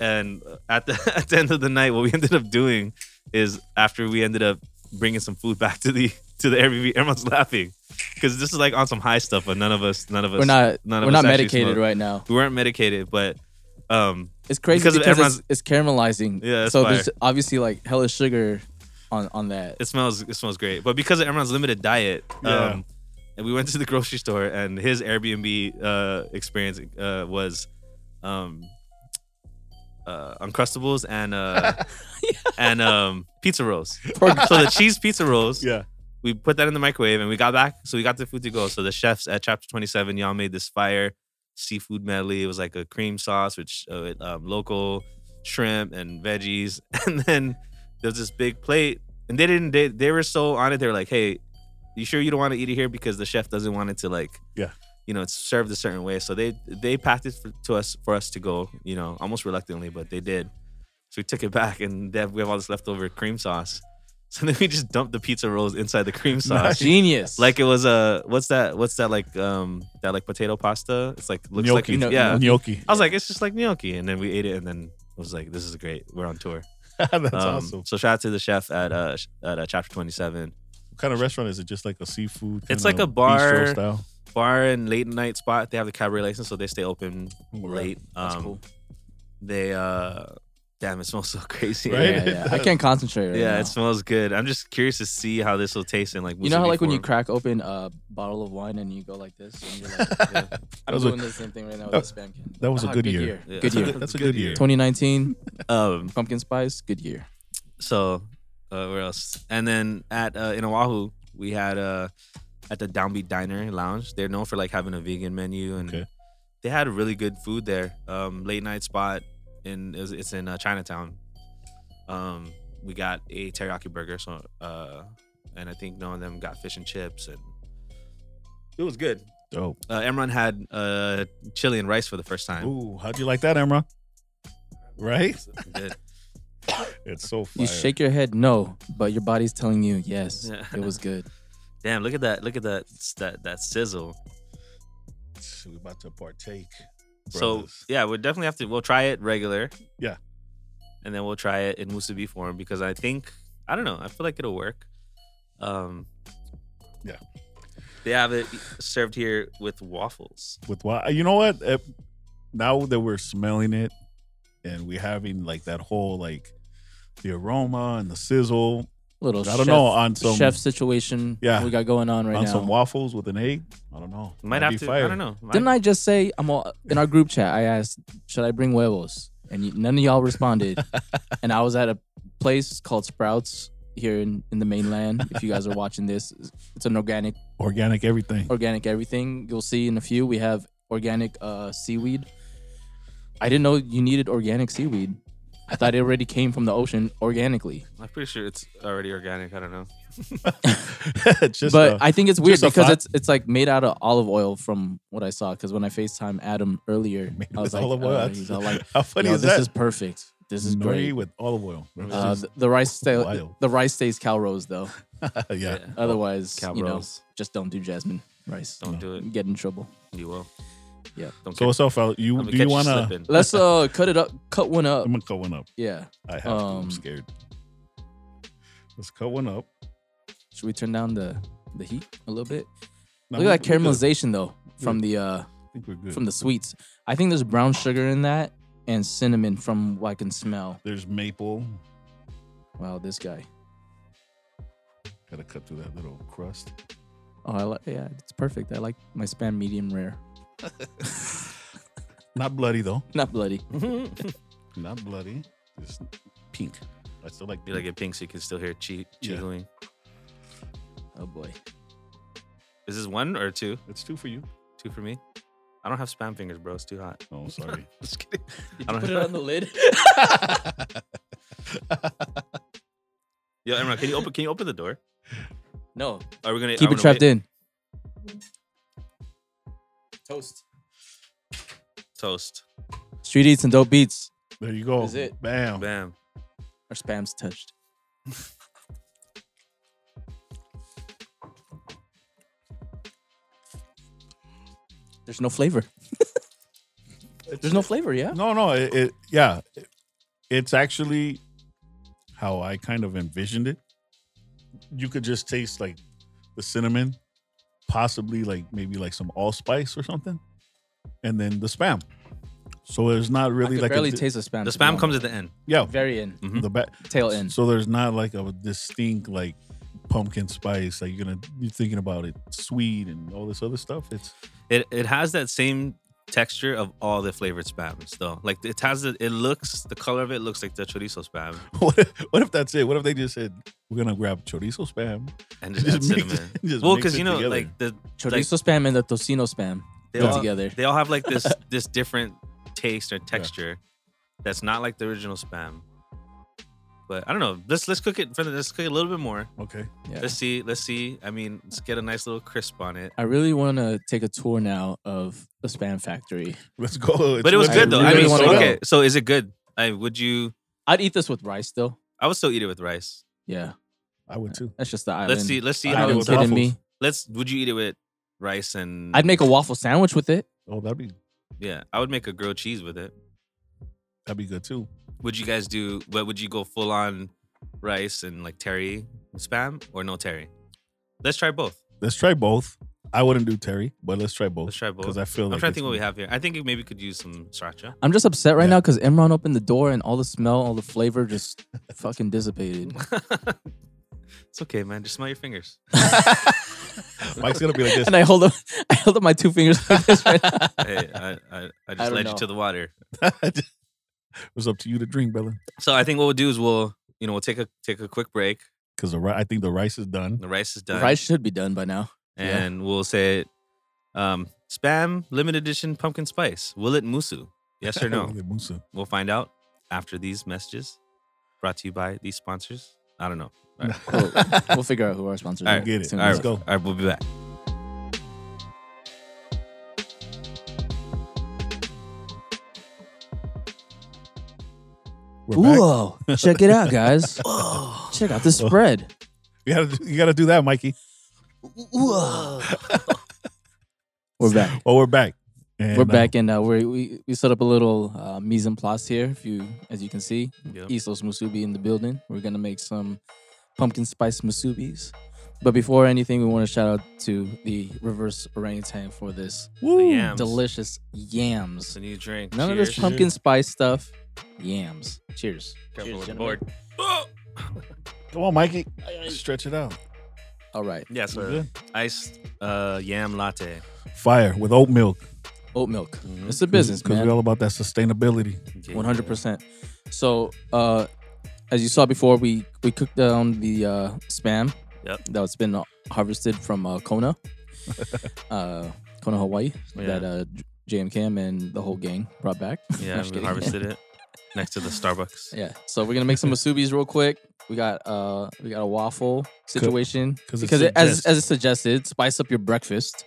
Speaker 1: and at the *laughs* at the end of the night, what we ended up doing is after we ended up bringing some food back to the to the Airbnb, everyone's *laughs* laughing because this is like on some high stuff, but none of us none of us
Speaker 3: We're not.
Speaker 1: none of
Speaker 3: we're
Speaker 1: us
Speaker 3: not
Speaker 1: actually
Speaker 3: medicated
Speaker 1: smoked.
Speaker 3: right now.
Speaker 1: we weren't medicated, but um,
Speaker 3: It's crazy
Speaker 1: Because
Speaker 3: because,
Speaker 1: of
Speaker 3: it's, it's caramelizing.
Speaker 1: Yeah, it's
Speaker 3: So
Speaker 1: fire.
Speaker 3: there's obviously like hella sugar on on that.
Speaker 1: It smells it smells great. But because of Emron's limited diet,
Speaker 2: Yeah.
Speaker 1: um, and we went to the grocery store and his Airbnb uh, experience uh, was um, uh, Uncrustables and uh, and um, pizza
Speaker 2: *laughs*
Speaker 1: rolls. So the cheese pizza rolls,
Speaker 2: yeah.
Speaker 1: we put that in the microwave and we got back. So we got the food to go. So the chefs at Chapter Twenty Seven, y'all made this fire seafood medley. It was like a cream sauce which uh, with um, local shrimp and veggies, *laughs* and then there's this big plate. And they didn't. They, they were so on it. They were like, "Hey, you sure you don't want to eat it here because the chef doesn't want it to like,
Speaker 2: Yeah.
Speaker 1: you know, it's served a certain way." So they they packed it for, to us for us to go. You know, almost reluctantly, but they did. So we took it back, and they have, we have all this leftover cream sauce. *laughs* So then we just dumped the pizza rolls inside the cream sauce.
Speaker 3: Genius.
Speaker 1: Like it was a what's that? What's that like? Um, that like potato pasta. It's like looks like
Speaker 2: Gnocchi.
Speaker 1: yeah. Oh.
Speaker 2: Gnocchi.
Speaker 1: I was like, it's just like gnocchi, and then we ate it, and then I was like, this is great. We're on tour.
Speaker 2: *laughs* That's
Speaker 1: Um,
Speaker 2: awesome.
Speaker 1: So shout out to the chef at uh sh- at uh, Chapter Twenty Seven
Speaker 2: What kind of restaurant is it? Just like a seafood?
Speaker 1: It's
Speaker 2: kinda
Speaker 1: like a
Speaker 2: bistro
Speaker 1: bar
Speaker 2: style.
Speaker 1: bar and late night spot. They have the cabaret license, so they stay open late.
Speaker 3: That's
Speaker 1: Um,
Speaker 3: cool.
Speaker 1: They uh, damn, it smells *laughs* so crazy.
Speaker 2: Right?
Speaker 1: Yeah,
Speaker 3: Yeah, *laughs* yeah. I can't concentrate. Right
Speaker 1: Yeah,
Speaker 3: now.
Speaker 1: it smells good. I'm just curious to see how this will taste in like.
Speaker 3: You know how
Speaker 1: musubi
Speaker 3: like when you
Speaker 1: form.
Speaker 3: crack open a bottle of wine and you go like this, and you're like,
Speaker 2: *laughs*
Speaker 3: yeah, I'm
Speaker 2: was a-
Speaker 3: doing the same thing right now with
Speaker 2: that-
Speaker 3: the spam can.
Speaker 2: *laughs* that was a
Speaker 3: Ah,
Speaker 2: good year.
Speaker 1: Yeah. *laughs*
Speaker 2: *laughs*
Speaker 3: Good year.
Speaker 2: That's a good year.
Speaker 3: 2019
Speaker 1: Um,
Speaker 3: pumpkin spice, good year.
Speaker 1: So uh, where else? And then at uh, in Oahu, we had uh, at the Downbeat Diner and Lounge. They're known for like having a vegan menu, and
Speaker 2: Okay.
Speaker 1: they had really good food there. Um, late night spot in it's, it's in uh, Chinatown. Um, we got a teriyaki burger, so uh, and I think none of them got fish and chips, and it was good.
Speaker 2: Dope.
Speaker 1: Uh, Emron had uh, chili and rice for the first time.
Speaker 2: Ooh, how'd you like that, Emra? Right?
Speaker 1: Good.
Speaker 2: It's so fire.
Speaker 3: You shake your head no, but your body's telling you yes.
Speaker 1: Yeah.
Speaker 3: It was
Speaker 2: *laughs*
Speaker 3: good.
Speaker 1: Damn! Look at that! Look at that! That that sizzle.
Speaker 2: We about to partake. Brothers.
Speaker 1: So yeah, we'll definitely have to. We'll try it regular.
Speaker 2: Yeah.
Speaker 1: and then we'll try it in musubi form because I think I don't know. I feel like it'll work. Um.
Speaker 2: Yeah.
Speaker 1: They have it served here with waffles.
Speaker 2: With why? You know what? Eh, Now that we're smelling it, and we're having like that whole like the aroma and the sizzle
Speaker 3: Little
Speaker 2: I don't
Speaker 3: chef,
Speaker 2: know, on some-
Speaker 3: chef situation
Speaker 2: Yeah.
Speaker 3: we got going on right
Speaker 2: on
Speaker 3: now.
Speaker 2: some waffles with an egg. I don't know.
Speaker 1: Might
Speaker 2: That'd
Speaker 1: have
Speaker 2: be
Speaker 1: to.
Speaker 2: fire.
Speaker 1: I don't know. Might-
Speaker 3: Didn't I just say I'm all, in our group chat? I asked, should I bring huevos? And y- none of y'all responded.
Speaker 2: *laughs*
Speaker 3: and I was at a place called Sprouts here in, in the mainland. If you guys are watching this, it's an organic
Speaker 2: Organic everything.
Speaker 3: organic everything. You'll see in a few we have organic uh, seaweed. I didn't know you needed organic seaweed. I thought it already came from the ocean organically.
Speaker 1: I'm pretty sure it's already organic. I don't know.
Speaker 2: *laughs* Just
Speaker 3: Oh, but
Speaker 2: uh,
Speaker 3: I think it's weird
Speaker 2: just a
Speaker 3: because
Speaker 2: thought.
Speaker 3: it's it's like made out of olive oil from what I saw. Because when I Facetime Adam earlier,
Speaker 2: made
Speaker 3: I was
Speaker 2: with
Speaker 3: like,
Speaker 2: olive oil.
Speaker 3: uh,
Speaker 2: That's-
Speaker 3: he's all like,
Speaker 2: *laughs* how funny
Speaker 3: Yo,
Speaker 2: is
Speaker 3: this
Speaker 2: that?
Speaker 3: is perfect. This is
Speaker 2: Nori
Speaker 3: great.
Speaker 2: with olive oil. It's
Speaker 1: *laughs*
Speaker 3: Uh,
Speaker 2: just
Speaker 3: the, the rice stay,
Speaker 2: wild.
Speaker 3: the rice stays
Speaker 2: *laughs*
Speaker 3: Calrose though.
Speaker 2: yeah.
Speaker 3: Otherwise,
Speaker 1: Cow
Speaker 3: you know,
Speaker 1: rolls.
Speaker 3: just don't do jasmine rice.
Speaker 1: Don't do it.
Speaker 3: Get in trouble.
Speaker 1: You will.
Speaker 3: Yeah.
Speaker 1: Don't.
Speaker 2: So what's up, fella? You
Speaker 1: I'm gonna
Speaker 2: do
Speaker 1: catch
Speaker 2: you want to?
Speaker 1: slipping.
Speaker 2: *laughs*
Speaker 3: Let's uh cut it up. Cut one up.
Speaker 2: I'm gonna cut one up.
Speaker 3: Yeah.
Speaker 2: I have to. I'm
Speaker 3: Um,
Speaker 2: scared. Let's cut one up.
Speaker 3: Should we turn down the the heat a little bit?
Speaker 2: No,
Speaker 3: Look
Speaker 2: we-
Speaker 3: at that
Speaker 2: we're good.
Speaker 3: caramelization though from the uh
Speaker 2: I think we're good.
Speaker 3: from the sweets. I think there's brown sugar in that and cinnamon from what I can smell.
Speaker 2: There's maple.
Speaker 3: Wow, this guy.
Speaker 2: Gotta cut through that little crust.
Speaker 3: Oh, I like yeah, it's perfect. I like my spam medium rare. *laughs*
Speaker 2: Not bloody though.
Speaker 3: Not bloody. *laughs*
Speaker 2: Not bloody. Just pink. I still like.
Speaker 1: You like it pink so you can still hear cheat
Speaker 2: Yeah.
Speaker 1: cheeling.
Speaker 3: Oh boy.
Speaker 1: Is this one or two?
Speaker 2: It's two for you.
Speaker 1: Two for me. I don't have spam fingers, bro. It's too hot.
Speaker 2: Oh, sorry.
Speaker 1: Just kidding.
Speaker 3: Did
Speaker 1: I don't
Speaker 3: you put it
Speaker 1: know.
Speaker 3: on
Speaker 1: *laughs*
Speaker 3: the lid?
Speaker 1: Yo, Emra, can you open? Can you open the door?
Speaker 3: no.
Speaker 1: Are we gonna
Speaker 3: Keep it trapped in. Toast.
Speaker 1: Toast.
Speaker 3: Street eats and dope beats.
Speaker 2: *laughs* there you go.
Speaker 3: Is it?
Speaker 2: Bam.
Speaker 1: Bam.
Speaker 3: Our spam's touched. There's no flavor. There's no flavor, yeah?
Speaker 2: No, no. It, it yeah. It's actually how I kind of envisioned it. You could just taste like the cinnamon, possibly like maybe like some allspice or something, and then the spam. So there's not really
Speaker 3: I could
Speaker 2: like a
Speaker 3: barely
Speaker 2: di-
Speaker 3: taste Mm-hmm. the spam.
Speaker 1: The
Speaker 3: to be
Speaker 1: spam
Speaker 3: honest.
Speaker 1: comes at the end.
Speaker 2: yeah
Speaker 3: very in,
Speaker 1: Mhm.
Speaker 2: the back.
Speaker 3: tail end.
Speaker 2: So there's not like a distinct like pumpkin spice like you're gonna you're thinking about it sweet and all this other stuff. It's *laughs*
Speaker 1: It it has that same texture of all the flavored spams though. Like it has the, it looks the color of it looks like the chorizo spam
Speaker 2: what if, what if that's it? What if they just said we're gonna grab chorizo spam? *laughs*
Speaker 1: and just,
Speaker 2: Just
Speaker 1: add
Speaker 2: mix it-
Speaker 1: cinnamon.
Speaker 2: just
Speaker 1: well,
Speaker 2: mix
Speaker 1: because
Speaker 2: it
Speaker 1: you know
Speaker 2: together.
Speaker 1: like the
Speaker 3: Chorizo spam and the tocino spam
Speaker 1: they
Speaker 3: put
Speaker 1: all,
Speaker 3: together.
Speaker 1: they all have like
Speaker 3: *laughs*
Speaker 1: this this different taste or texture that's not like the original spam. But I don't know. Let's let's cook it for the, let's cook it a little bit more.
Speaker 2: Okay. *laughs*
Speaker 3: Yeah.
Speaker 1: Let's see. Let's see. I mean, let's get a nice little crisp on it.
Speaker 3: I really want to take a tour now of the spam factory.
Speaker 2: Let's go. It's
Speaker 1: but it was
Speaker 2: like-
Speaker 1: good though.
Speaker 3: really
Speaker 1: I mean,
Speaker 3: wanna
Speaker 1: so-
Speaker 3: go.
Speaker 1: okay. So is it good? I would you?
Speaker 3: I'd eat this with rice though.
Speaker 1: I would still eat it with rice.
Speaker 3: Yeah,
Speaker 2: I would too.
Speaker 3: that's just the island.
Speaker 1: Let's see. Let's see
Speaker 2: I
Speaker 1: how.
Speaker 2: know
Speaker 3: Island
Speaker 2: with
Speaker 3: kid in
Speaker 2: waffles.
Speaker 3: me.
Speaker 1: Let's. Would you eat it with rice and?
Speaker 3: I'd make a waffle sandwich with it.
Speaker 2: Oh, that'd be
Speaker 1: yeah, I would make a grilled cheese with it.
Speaker 2: that'd be good too.
Speaker 1: Would you guys do? What would you go full on rice and like terry spam or no terry? Let's try both.
Speaker 2: Let's try both. I wouldn't do Terry, but let's try both.
Speaker 1: Let's try both.
Speaker 2: Because I feel
Speaker 1: I'm
Speaker 2: like
Speaker 1: trying to
Speaker 2: it's
Speaker 1: think what we have here. I think it maybe could use some sriracha. *laughs*
Speaker 3: I'm just upset right
Speaker 2: Yeah.
Speaker 3: now because Imran opened the door and all the smell, all the
Speaker 2: *laughs*
Speaker 3: flavor just fucking dissipated.
Speaker 1: it's okay, man. Just smell your
Speaker 3: *laughs*
Speaker 1: fingers.
Speaker 2: Mike's
Speaker 1: *laughs*
Speaker 2: gonna be like this.
Speaker 3: And I hold up, I hold up my two fingers like this right now.
Speaker 1: hey, I, I, I just
Speaker 3: don't
Speaker 1: led
Speaker 3: know.
Speaker 1: you to the water.
Speaker 2: it was up to you to drink, brother.
Speaker 1: So I think what we'll do is we'll you know we'll take a take a quick break.
Speaker 2: Because the ri- I think the rice is *laughs* done.
Speaker 1: The rice is done,
Speaker 3: Rice should be done by now. yeah.
Speaker 1: and we'll say um, spam limited edition pumpkin spice. Will it musu? Yes or no?
Speaker 2: *laughs*
Speaker 3: *laughs*
Speaker 2: Look at Musa.
Speaker 1: we'll find out after these messages. Brought to you by these sponsors. I
Speaker 3: *laughs*
Speaker 1: don't know. All right,
Speaker 2: *laughs*
Speaker 3: We'll, we'll figure out who our sponsors
Speaker 1: All
Speaker 3: are.
Speaker 1: right.
Speaker 2: Get it.
Speaker 3: soon
Speaker 1: All
Speaker 2: Let's
Speaker 1: right.
Speaker 2: go.
Speaker 1: all right we'll be back.
Speaker 2: We're back.
Speaker 3: Whoa! Check it out,
Speaker 2: *laughs*
Speaker 3: guys. check out the spread.
Speaker 2: You gotta, you gotta do that, Mikey.
Speaker 3: We're
Speaker 2: *laughs*
Speaker 3: back.
Speaker 2: Well, we're back. And,
Speaker 3: we're
Speaker 2: uh,
Speaker 3: back, and uh, we're, we we set up a little uh, mise en place here. If you, as you can see,
Speaker 1: Yep.
Speaker 3: Islos Musubi in the building. We're gonna make some pumpkin spice musubis. But before anything, we want to shout out to the reverse orangutan for this
Speaker 2: Woo.
Speaker 1: Yams.
Speaker 3: delicious
Speaker 1: It's
Speaker 3: yams.
Speaker 1: a new drink.
Speaker 3: None of
Speaker 1: Cheers.
Speaker 3: this pumpkin spice stuff. Yams. Cheers.
Speaker 1: Careful with
Speaker 3: Cheers,
Speaker 1: the
Speaker 3: gentlemen.
Speaker 1: board. Oh!
Speaker 2: Come on, Mikey. Stretch it out.
Speaker 3: All right.
Speaker 1: Yeah,
Speaker 2: We're
Speaker 1: so
Speaker 2: good.
Speaker 1: iced uh, yam latte.
Speaker 2: Fire with oat milk.
Speaker 3: Oat milk.
Speaker 1: Mhm.
Speaker 3: It's a business,
Speaker 2: Because
Speaker 3: man.
Speaker 2: we're all about that sustainability. *laughs*
Speaker 1: Yeah.
Speaker 3: Mm-hmm. One hundred percent. So, uh, as you saw before, we we cooked down the uh, spam
Speaker 1: Yep.
Speaker 3: that's been harvested from
Speaker 1: *laughs*
Speaker 3: uh, Kona, uh, Kona, Hawaii.
Speaker 1: Oh, Yeah.
Speaker 3: That uh, J- JM Kim and the whole gang brought back. *laughs*
Speaker 1: Yeah, we
Speaker 3: Just kidding.
Speaker 1: harvested it next to the Starbucks.
Speaker 3: Yeah. So we're gonna make some masubis real quick. We got uh we got a waffle situation
Speaker 2: 'cause it
Speaker 3: because it, as
Speaker 2: suggests-
Speaker 3: as it suggested, spice up your breakfast.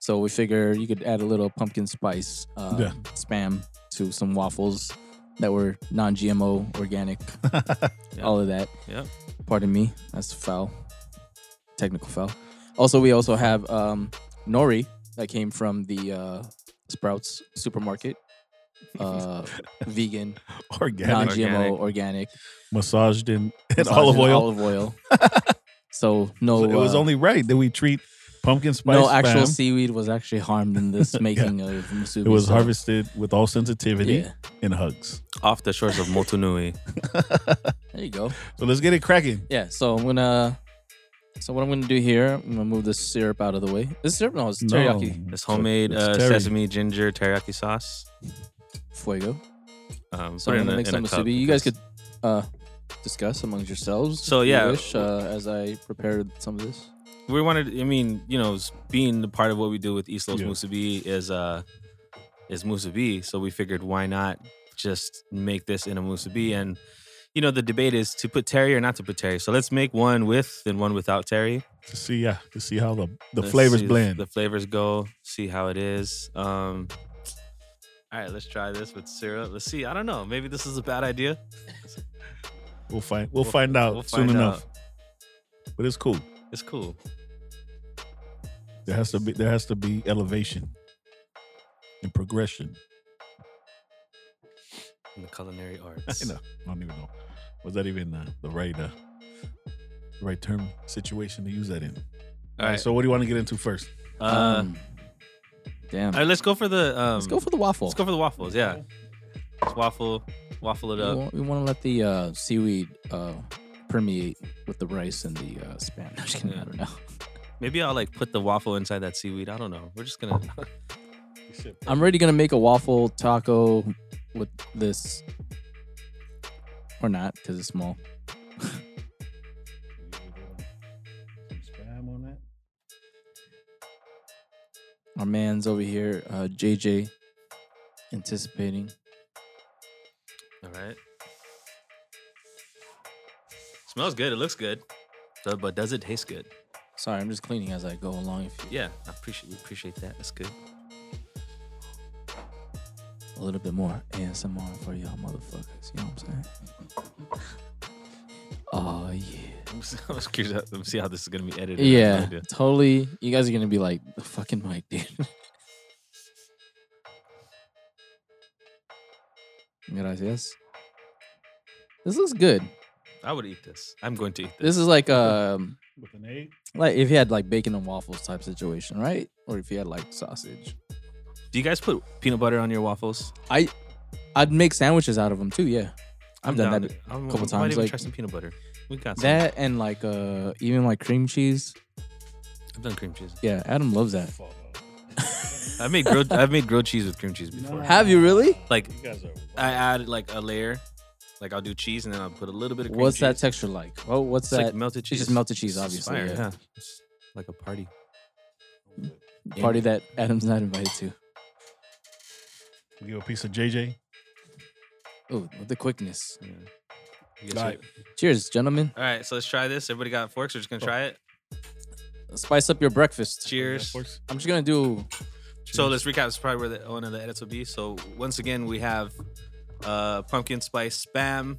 Speaker 3: So we figure you could add a little pumpkin spice uh,
Speaker 2: Yeah.
Speaker 3: spam to some waffles that were non-GMO,
Speaker 2: *laughs*
Speaker 3: organic,
Speaker 1: Yeah.
Speaker 3: all of that.
Speaker 1: Yep.
Speaker 3: Pardon me, that's foul, technical foul. Also, we also have um, nori that came from the uh, Sprouts supermarket, uh, vegan,
Speaker 2: Organic.
Speaker 3: non-GMO,
Speaker 2: *laughs*
Speaker 3: organic
Speaker 2: Massaged in, in
Speaker 3: massage
Speaker 2: olive
Speaker 3: and
Speaker 2: oil. *laughs*
Speaker 3: Olive oil. so no,
Speaker 2: So it was
Speaker 3: uh,
Speaker 2: only right that we treat pumpkin spice.
Speaker 3: no actual
Speaker 2: spam.
Speaker 3: seaweed was actually harmed in
Speaker 2: *laughs*
Speaker 3: this making of musubi.
Speaker 2: It was
Speaker 3: so-
Speaker 2: harvested with all sensitivity
Speaker 3: Yeah,
Speaker 2: and hugs.
Speaker 1: Off the shores of Motunui.
Speaker 3: there you go.
Speaker 2: So let's get it cracking.
Speaker 3: Yeah, so I'm gonna. So what I'm gonna do here, I'm gonna move this syrup out of the way. This syrup, no, it's teriyaki
Speaker 2: No.
Speaker 1: It's homemade
Speaker 2: It's
Speaker 1: uh,
Speaker 2: terry.
Speaker 1: sesame ginger teriyaki sauce.
Speaker 3: fuego.
Speaker 1: Um,
Speaker 3: So
Speaker 1: put it
Speaker 3: I'm
Speaker 1: in
Speaker 3: gonna
Speaker 1: a-
Speaker 3: make
Speaker 1: in
Speaker 3: some
Speaker 1: a cup
Speaker 3: musubi. You guys could
Speaker 1: because-
Speaker 3: uh, discuss amongst yourselves.
Speaker 1: So,
Speaker 3: if you
Speaker 1: yeah.
Speaker 3: wish, uh, as I prepared some of this.
Speaker 1: We wanted. I mean, you know, s- being the part of what we do with East Los
Speaker 2: Yeah.
Speaker 1: Musubi is uh is musubi. So we figured, why not just make this in a musubi? And you know, the debate is to put terry or not to put terry. So let's make one with and one without terry.
Speaker 2: to see, yeah, to see how the, the
Speaker 1: Let's
Speaker 2: flavors
Speaker 1: see
Speaker 2: blend.
Speaker 1: The flavors go. See how it is. Um, all right, let's try this with syrup. Let's see. I don't know. Maybe this is a bad idea.
Speaker 2: we'll find we'll, find out
Speaker 1: we'll
Speaker 2: soon
Speaker 1: find
Speaker 2: enough. But it's cool.
Speaker 1: It's cool.
Speaker 2: There has to be there has to be elevation and progression. *laughs*
Speaker 1: In the culinary arts.
Speaker 2: I know. I don't even know. Was that even uh, the right uh, right term situation to use that in?
Speaker 1: All right. So,
Speaker 2: So what do you want to get into first?
Speaker 1: uh,
Speaker 3: Um,
Speaker 1: all
Speaker 3: damn.
Speaker 1: right. Let's go for the. Um,
Speaker 3: Let's go for the waffle.
Speaker 1: Let's go for the waffles. Yeah. Let's waffle, waffle it
Speaker 3: We
Speaker 1: up.
Speaker 3: want, to let the uh, seaweed uh, permeate with the rice and the uh, spam. I'm just kidding.
Speaker 1: Yeah.
Speaker 3: I don't know.
Speaker 1: Maybe I'll like put the waffle inside that seaweed. I don't know. We're just gonna.
Speaker 3: I'm already gonna make a waffle taco with this, or not because it's small.
Speaker 2: Spam on that.
Speaker 3: Our man's over here, uh, JJ, anticipating.
Speaker 1: All right. Smells good. It looks good. So- But does it taste good?
Speaker 3: Sorry, I'm just cleaning as I go along. If you,
Speaker 1: Yeah, I appreciate we appreciate that. That's good. *laughs*
Speaker 3: a little bit more ASMR for y'all motherfuckers. You know what I'm saying? Oh yeah.
Speaker 1: I'm s- I was curious. how- Let's see how this is gonna be edited. I have no
Speaker 3: Yeah,
Speaker 1: idea.
Speaker 3: totally. You guys are gonna be like the fucking mic, dude. *laughs* Gracias. This looks good.
Speaker 1: I would eat this. I'm going to eat this.
Speaker 3: This is like um
Speaker 2: With an egg.
Speaker 3: like if you had like bacon and waffles type situation, right? Or if you had like sausage.
Speaker 1: Do you guys put peanut butter on your waffles?
Speaker 3: I I'd make sandwiches out of them too. Yeah, I've done
Speaker 1: down
Speaker 3: that
Speaker 1: to- I'm,
Speaker 3: couple
Speaker 1: I might
Speaker 3: times,
Speaker 1: even
Speaker 3: like-
Speaker 1: try some peanut butter. We got some.
Speaker 3: that and like uh even like cream cheese.
Speaker 1: I've done cream cheese.
Speaker 3: Yeah, Adam loves that.
Speaker 2: Fuck.
Speaker 1: I've made grilled. I've made grilled cheese with cream cheese before.
Speaker 2: No.
Speaker 3: Have you really?
Speaker 1: Like
Speaker 2: You guys are.
Speaker 1: I add like a layer. Like I'll do cheese and then I'll put a little bit of cream
Speaker 3: What's that
Speaker 1: cheese.
Speaker 3: texture like? Oh, what's
Speaker 1: It's
Speaker 3: that?
Speaker 1: like melted cheese.
Speaker 3: It's just melted cheese,
Speaker 1: It's
Speaker 3: obviously.
Speaker 1: fire,
Speaker 3: yeah.
Speaker 1: It's like a party.
Speaker 3: Party that Adam's not invited to.
Speaker 2: We give a piece of JJ.
Speaker 3: Oh, the quickness.
Speaker 1: Yeah. You guys
Speaker 2: All
Speaker 1: ready?
Speaker 2: right.
Speaker 3: Cheers, gentlemen.
Speaker 1: All right, so let's try this. Everybody got forks. We're just gonna try it.
Speaker 3: Spice up your breakfast.
Speaker 1: Cheers.
Speaker 3: I'm just gonna do
Speaker 1: So let's recap. It's probably where the one of the edits will be. So once again, we have uh, pumpkin spice spam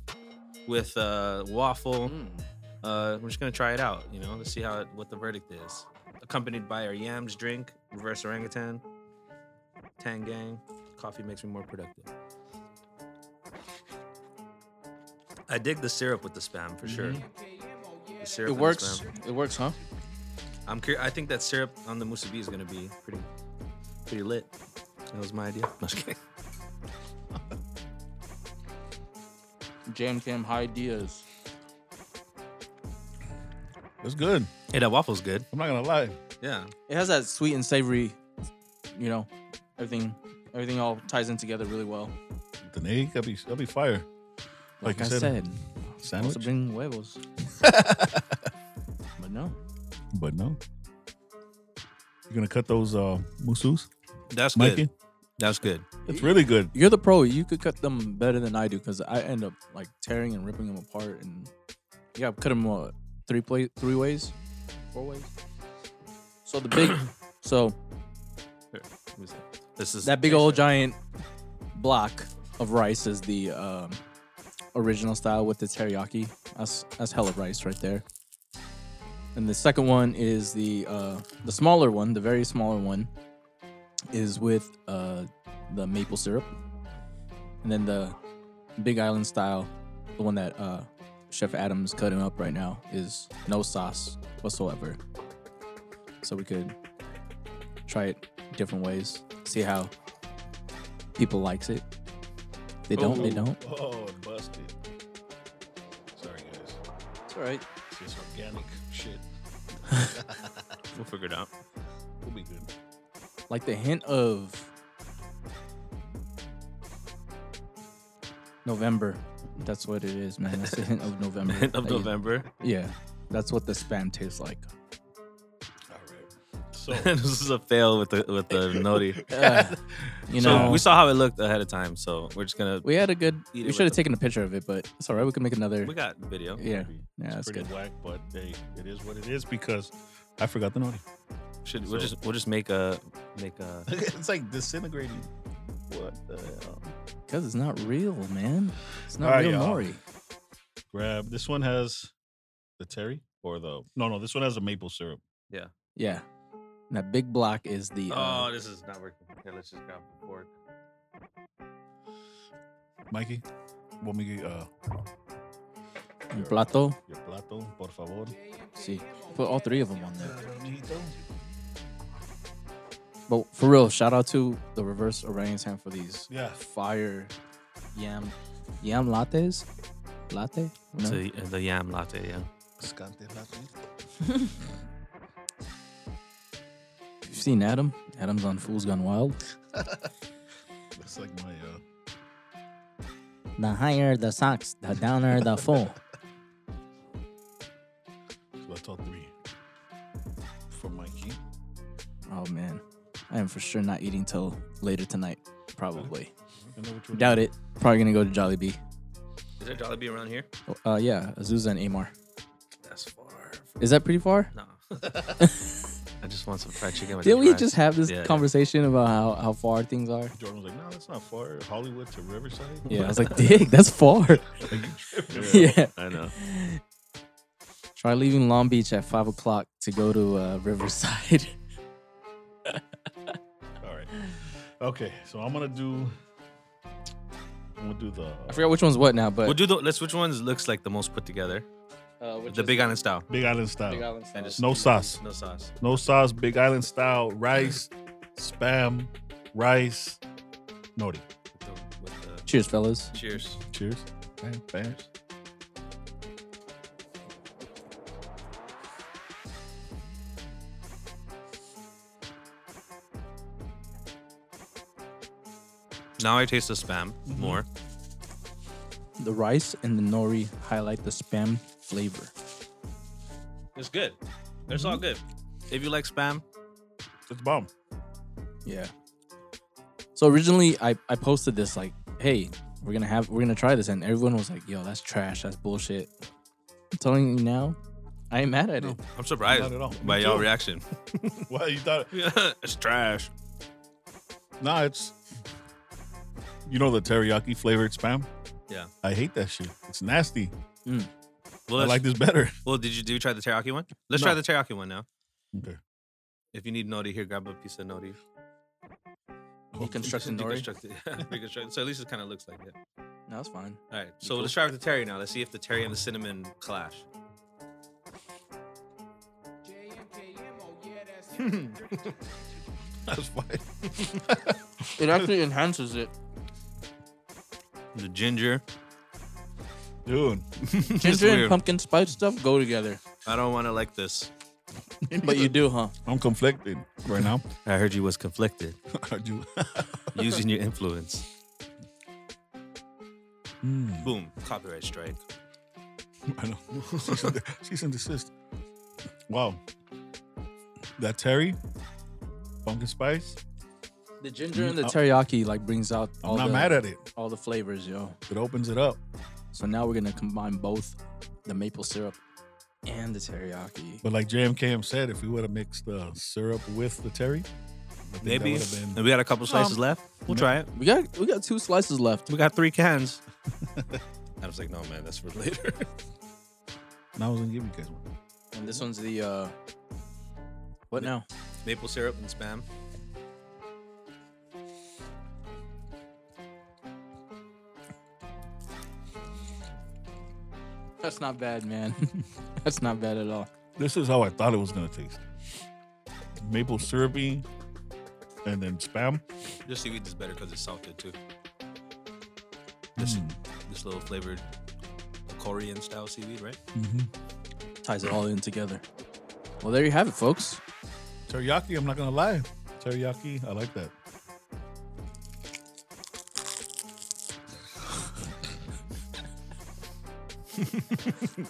Speaker 1: with uh, waffle. Uh, we're just gonna try it out. You know, let's see how it, what the verdict is. Accompanied by our yams drink, reverse orangutan, tang gang. Coffee makes me more productive. I dig the syrup with the spam for sure. The syrup
Speaker 3: it
Speaker 1: and the
Speaker 3: works.
Speaker 1: spam.
Speaker 3: It works, huh?
Speaker 1: I'm cur- I think that syrup on the musubi is gonna be pretty, pretty lit. That was my idea. No, just kidding.
Speaker 3: Jam cam ideas.
Speaker 2: It's good.
Speaker 1: *laughs* Hey, that waffle's good.
Speaker 2: I'm not gonna lie.
Speaker 1: Yeah.
Speaker 3: It has that sweet and savory, you know, everything everything all ties in together really well.
Speaker 2: With an egg, that'd be that'd be fire. Like,
Speaker 3: Like, I
Speaker 2: you
Speaker 3: said, also
Speaker 2: sandwich.
Speaker 3: bring
Speaker 1: *laughs*
Speaker 3: huevos. but no.
Speaker 2: But no. You're gonna cut those uh musus,
Speaker 1: That's good.
Speaker 2: Mikey.
Speaker 1: That's good.
Speaker 2: It's really good.
Speaker 3: You're the pro. You could cut them better than I do because I end up like tearing and ripping them apart. And you got to cut them uh, three play three ways, four ways. So the *clears throat* big, so
Speaker 1: Here, let me see. This is
Speaker 3: that big old giant block of rice is the um, original style with the teriyaki. That's that's hella rice right there. And the second one is the uh, the smaller one, the very smaller one, is with uh, the maple syrup. And then the Big Island style, the one that uh, Chef Adams cutting up right now, is no sauce whatsoever. So we could try it different ways, see how people likes it. They don't. They don't.
Speaker 2: Oh, it busted. Sorry guys.
Speaker 3: It's all right.
Speaker 2: It's just organic shit.
Speaker 1: We'll figure it out.
Speaker 2: It'll be good.
Speaker 3: Like the hint of November. That's what it is, man. That's the hint of November.
Speaker 1: *laughs* End of
Speaker 3: that you-
Speaker 1: November. *laughs*
Speaker 3: Yeah, that's what the spam tastes like.
Speaker 2: All right. *laughs* So
Speaker 1: this is a fail with the with *laughs* the noti.
Speaker 3: Uh, you know,
Speaker 1: so we saw how it looked ahead of time. So we're just gonna.
Speaker 3: We had a good.
Speaker 1: Eat it
Speaker 3: we
Speaker 1: with
Speaker 3: should have
Speaker 1: the-
Speaker 3: taken a picture of it, but it's all right. We can make another.
Speaker 1: We got video.
Speaker 3: yeah,
Speaker 2: Maybe.
Speaker 3: yeah,
Speaker 2: it's
Speaker 3: that's
Speaker 2: pretty
Speaker 3: good.
Speaker 2: whack, but hey, it is what it is because I forgot the naughty.
Speaker 1: Should we'll
Speaker 2: So-
Speaker 1: just we'll just make a make a. *laughs*
Speaker 2: *laughs*
Speaker 1: uh,
Speaker 2: it's like disintegrating. What the hell?
Speaker 3: Because it's not real, man. It's not
Speaker 2: All right,
Speaker 3: real
Speaker 2: y'all.
Speaker 3: nori.
Speaker 2: Grab this one has the terry or the no no this one has the maple syrup.
Speaker 3: Yeah. And that big block is the.
Speaker 1: Oh,
Speaker 3: Uh,
Speaker 1: this is not working. Here, let's just grab the fork.
Speaker 2: Mikey, want me to get, uh
Speaker 3: un plato.
Speaker 2: your plato, por favor?
Speaker 3: See, put all three of them on there. But for real, shout out to the reverse orangutan for these
Speaker 2: Yeah.
Speaker 3: fire yam yam lattes. Latte? No.
Speaker 1: The, the yam latte. Yeah.
Speaker 3: You've seen Adam. Adam's on Fool's Gone Wild.
Speaker 2: Looks like my uh
Speaker 3: The higher the socks, the downer the fool.
Speaker 2: so that's all three. For Mikey.
Speaker 3: Oh man, I am for sure not eating till later tonight. Probably.
Speaker 2: I know which one
Speaker 3: Doubt it. Probably gonna go to Jollibee.
Speaker 1: Is there Jollibee around here?
Speaker 3: Oh, Uh, yeah, Azusa and Amar.
Speaker 1: That's far.
Speaker 3: Is that pretty far? *laughs*
Speaker 1: No. I just want some fried chicken. with
Speaker 3: Did we
Speaker 1: fries.
Speaker 3: just have this
Speaker 1: Yeah, yeah.
Speaker 3: conversation about how, how far
Speaker 1: *laughs*
Speaker 3: things are?
Speaker 2: Jordan was like, no, that's not far. Hollywood to Riverside.
Speaker 3: Yeah, I was like, dig, that's far. *laughs* yeah.
Speaker 1: I know.
Speaker 3: Try leaving Long Beach at five o'clock to go to uh, Riverside. *laughs*
Speaker 2: All right. Okay, so I'm gonna do We'll do the
Speaker 3: I forgot which one's what now, but
Speaker 1: we'll do the let's which ones looks like the most put together.
Speaker 3: uh, which
Speaker 1: the
Speaker 3: is
Speaker 1: Big Island style.
Speaker 2: Big Island style.
Speaker 3: Big Island
Speaker 1: And
Speaker 3: style.
Speaker 1: just-
Speaker 2: No sauce.
Speaker 1: No sauce.
Speaker 2: No sauce. Big Island style. Rice, spam, rice, nori.
Speaker 1: With the, with
Speaker 3: Cheers, fellas.
Speaker 1: the, cheers.
Speaker 2: Cheers. Bam, bam.
Speaker 1: Now I taste the spam
Speaker 2: Mm-hmm.
Speaker 1: more.
Speaker 3: The rice and the nori highlight the spam flavor.
Speaker 1: It's good. It's all good. Mm-hmm. If you like spam,
Speaker 2: It's bomb. *laughs*
Speaker 3: Yeah. So originally I, I posted this like, hey, we're gonna have we're gonna try this, and everyone was like, yo, that's trash, that's bullshit. I'm telling you now, I ain't mad at
Speaker 2: Oh,
Speaker 3: it.
Speaker 1: I'm surprised
Speaker 2: Not at all.
Speaker 1: by
Speaker 2: Me
Speaker 1: y'all
Speaker 2: too. *laughs*
Speaker 1: reaction. *laughs*
Speaker 2: Well, you thought
Speaker 1: it's trash.
Speaker 2: Nah, it's you know the teriyaki flavored spam.
Speaker 1: Yeah.
Speaker 2: I hate that shit. It's nasty.
Speaker 1: Well,
Speaker 2: I
Speaker 1: let's-
Speaker 2: like this better. *laughs*
Speaker 1: well, did you do you try the teriyaki one? Let's try
Speaker 2: No.
Speaker 1: the teriyaki one now.
Speaker 2: Okay.
Speaker 1: If you need nori here, grab a piece of nori. *laughs*
Speaker 3: Deconstructed nori.
Speaker 1: Deconstruct it. Yeah, deconstruct- So at least it kind of looks like it.
Speaker 3: No, that's fine.
Speaker 1: All right. So let's try with the terry now. Let's see if the terry and the cinnamon clash.
Speaker 2: That's fine.
Speaker 3: It actually
Speaker 2: *laughs*
Speaker 3: enhances it.
Speaker 1: The ginger.
Speaker 2: Dude.
Speaker 1: It's
Speaker 3: Ginger and
Speaker 1: weird.
Speaker 3: pumpkin spice stuff go together.
Speaker 1: I don't want to like this.
Speaker 3: But you do, huh?
Speaker 2: I'm conflicted right now. *laughs*
Speaker 1: I heard you was conflicted
Speaker 2: I do. *laughs*
Speaker 1: using your influence. Boom. Copyright strike.
Speaker 2: I know. Cease and de- Cease and desist. Wow. That terry, pumpkin spice.
Speaker 3: The ginger and the
Speaker 2: Mm,
Speaker 3: teriyaki like brings out
Speaker 2: I'm
Speaker 3: all
Speaker 2: not
Speaker 3: the
Speaker 2: mad at it.
Speaker 3: all the flavors, yo.
Speaker 2: It opens it up.
Speaker 3: So now we're gonna combine both the maple syrup and the teriyaki.
Speaker 2: But like JMKM said, if we would have mixed the syrup with the terry, I think that
Speaker 1: Maybe.
Speaker 2: would have been-
Speaker 1: And we got a couple slices left. We'll try it.
Speaker 3: We got we got two slices left.
Speaker 1: We got three cans. *laughs* I was like, no, man, that's for later.
Speaker 2: And I was gonna give you guys one.
Speaker 3: And this one's the uh what now?
Speaker 1: *laughs* Maple syrup and spam.
Speaker 3: That's not bad, man. *laughs* That's not bad at all.
Speaker 2: This is how I thought it was gonna taste. Maple syrupy, and then spam.
Speaker 1: This seaweed is better because it's salted too. This this little flavored Korean style seaweed, right?
Speaker 3: Ties it all in together. Well, there you have it, folks.
Speaker 2: Teriyaki. I'm not gonna lie. Teriyaki. I like that.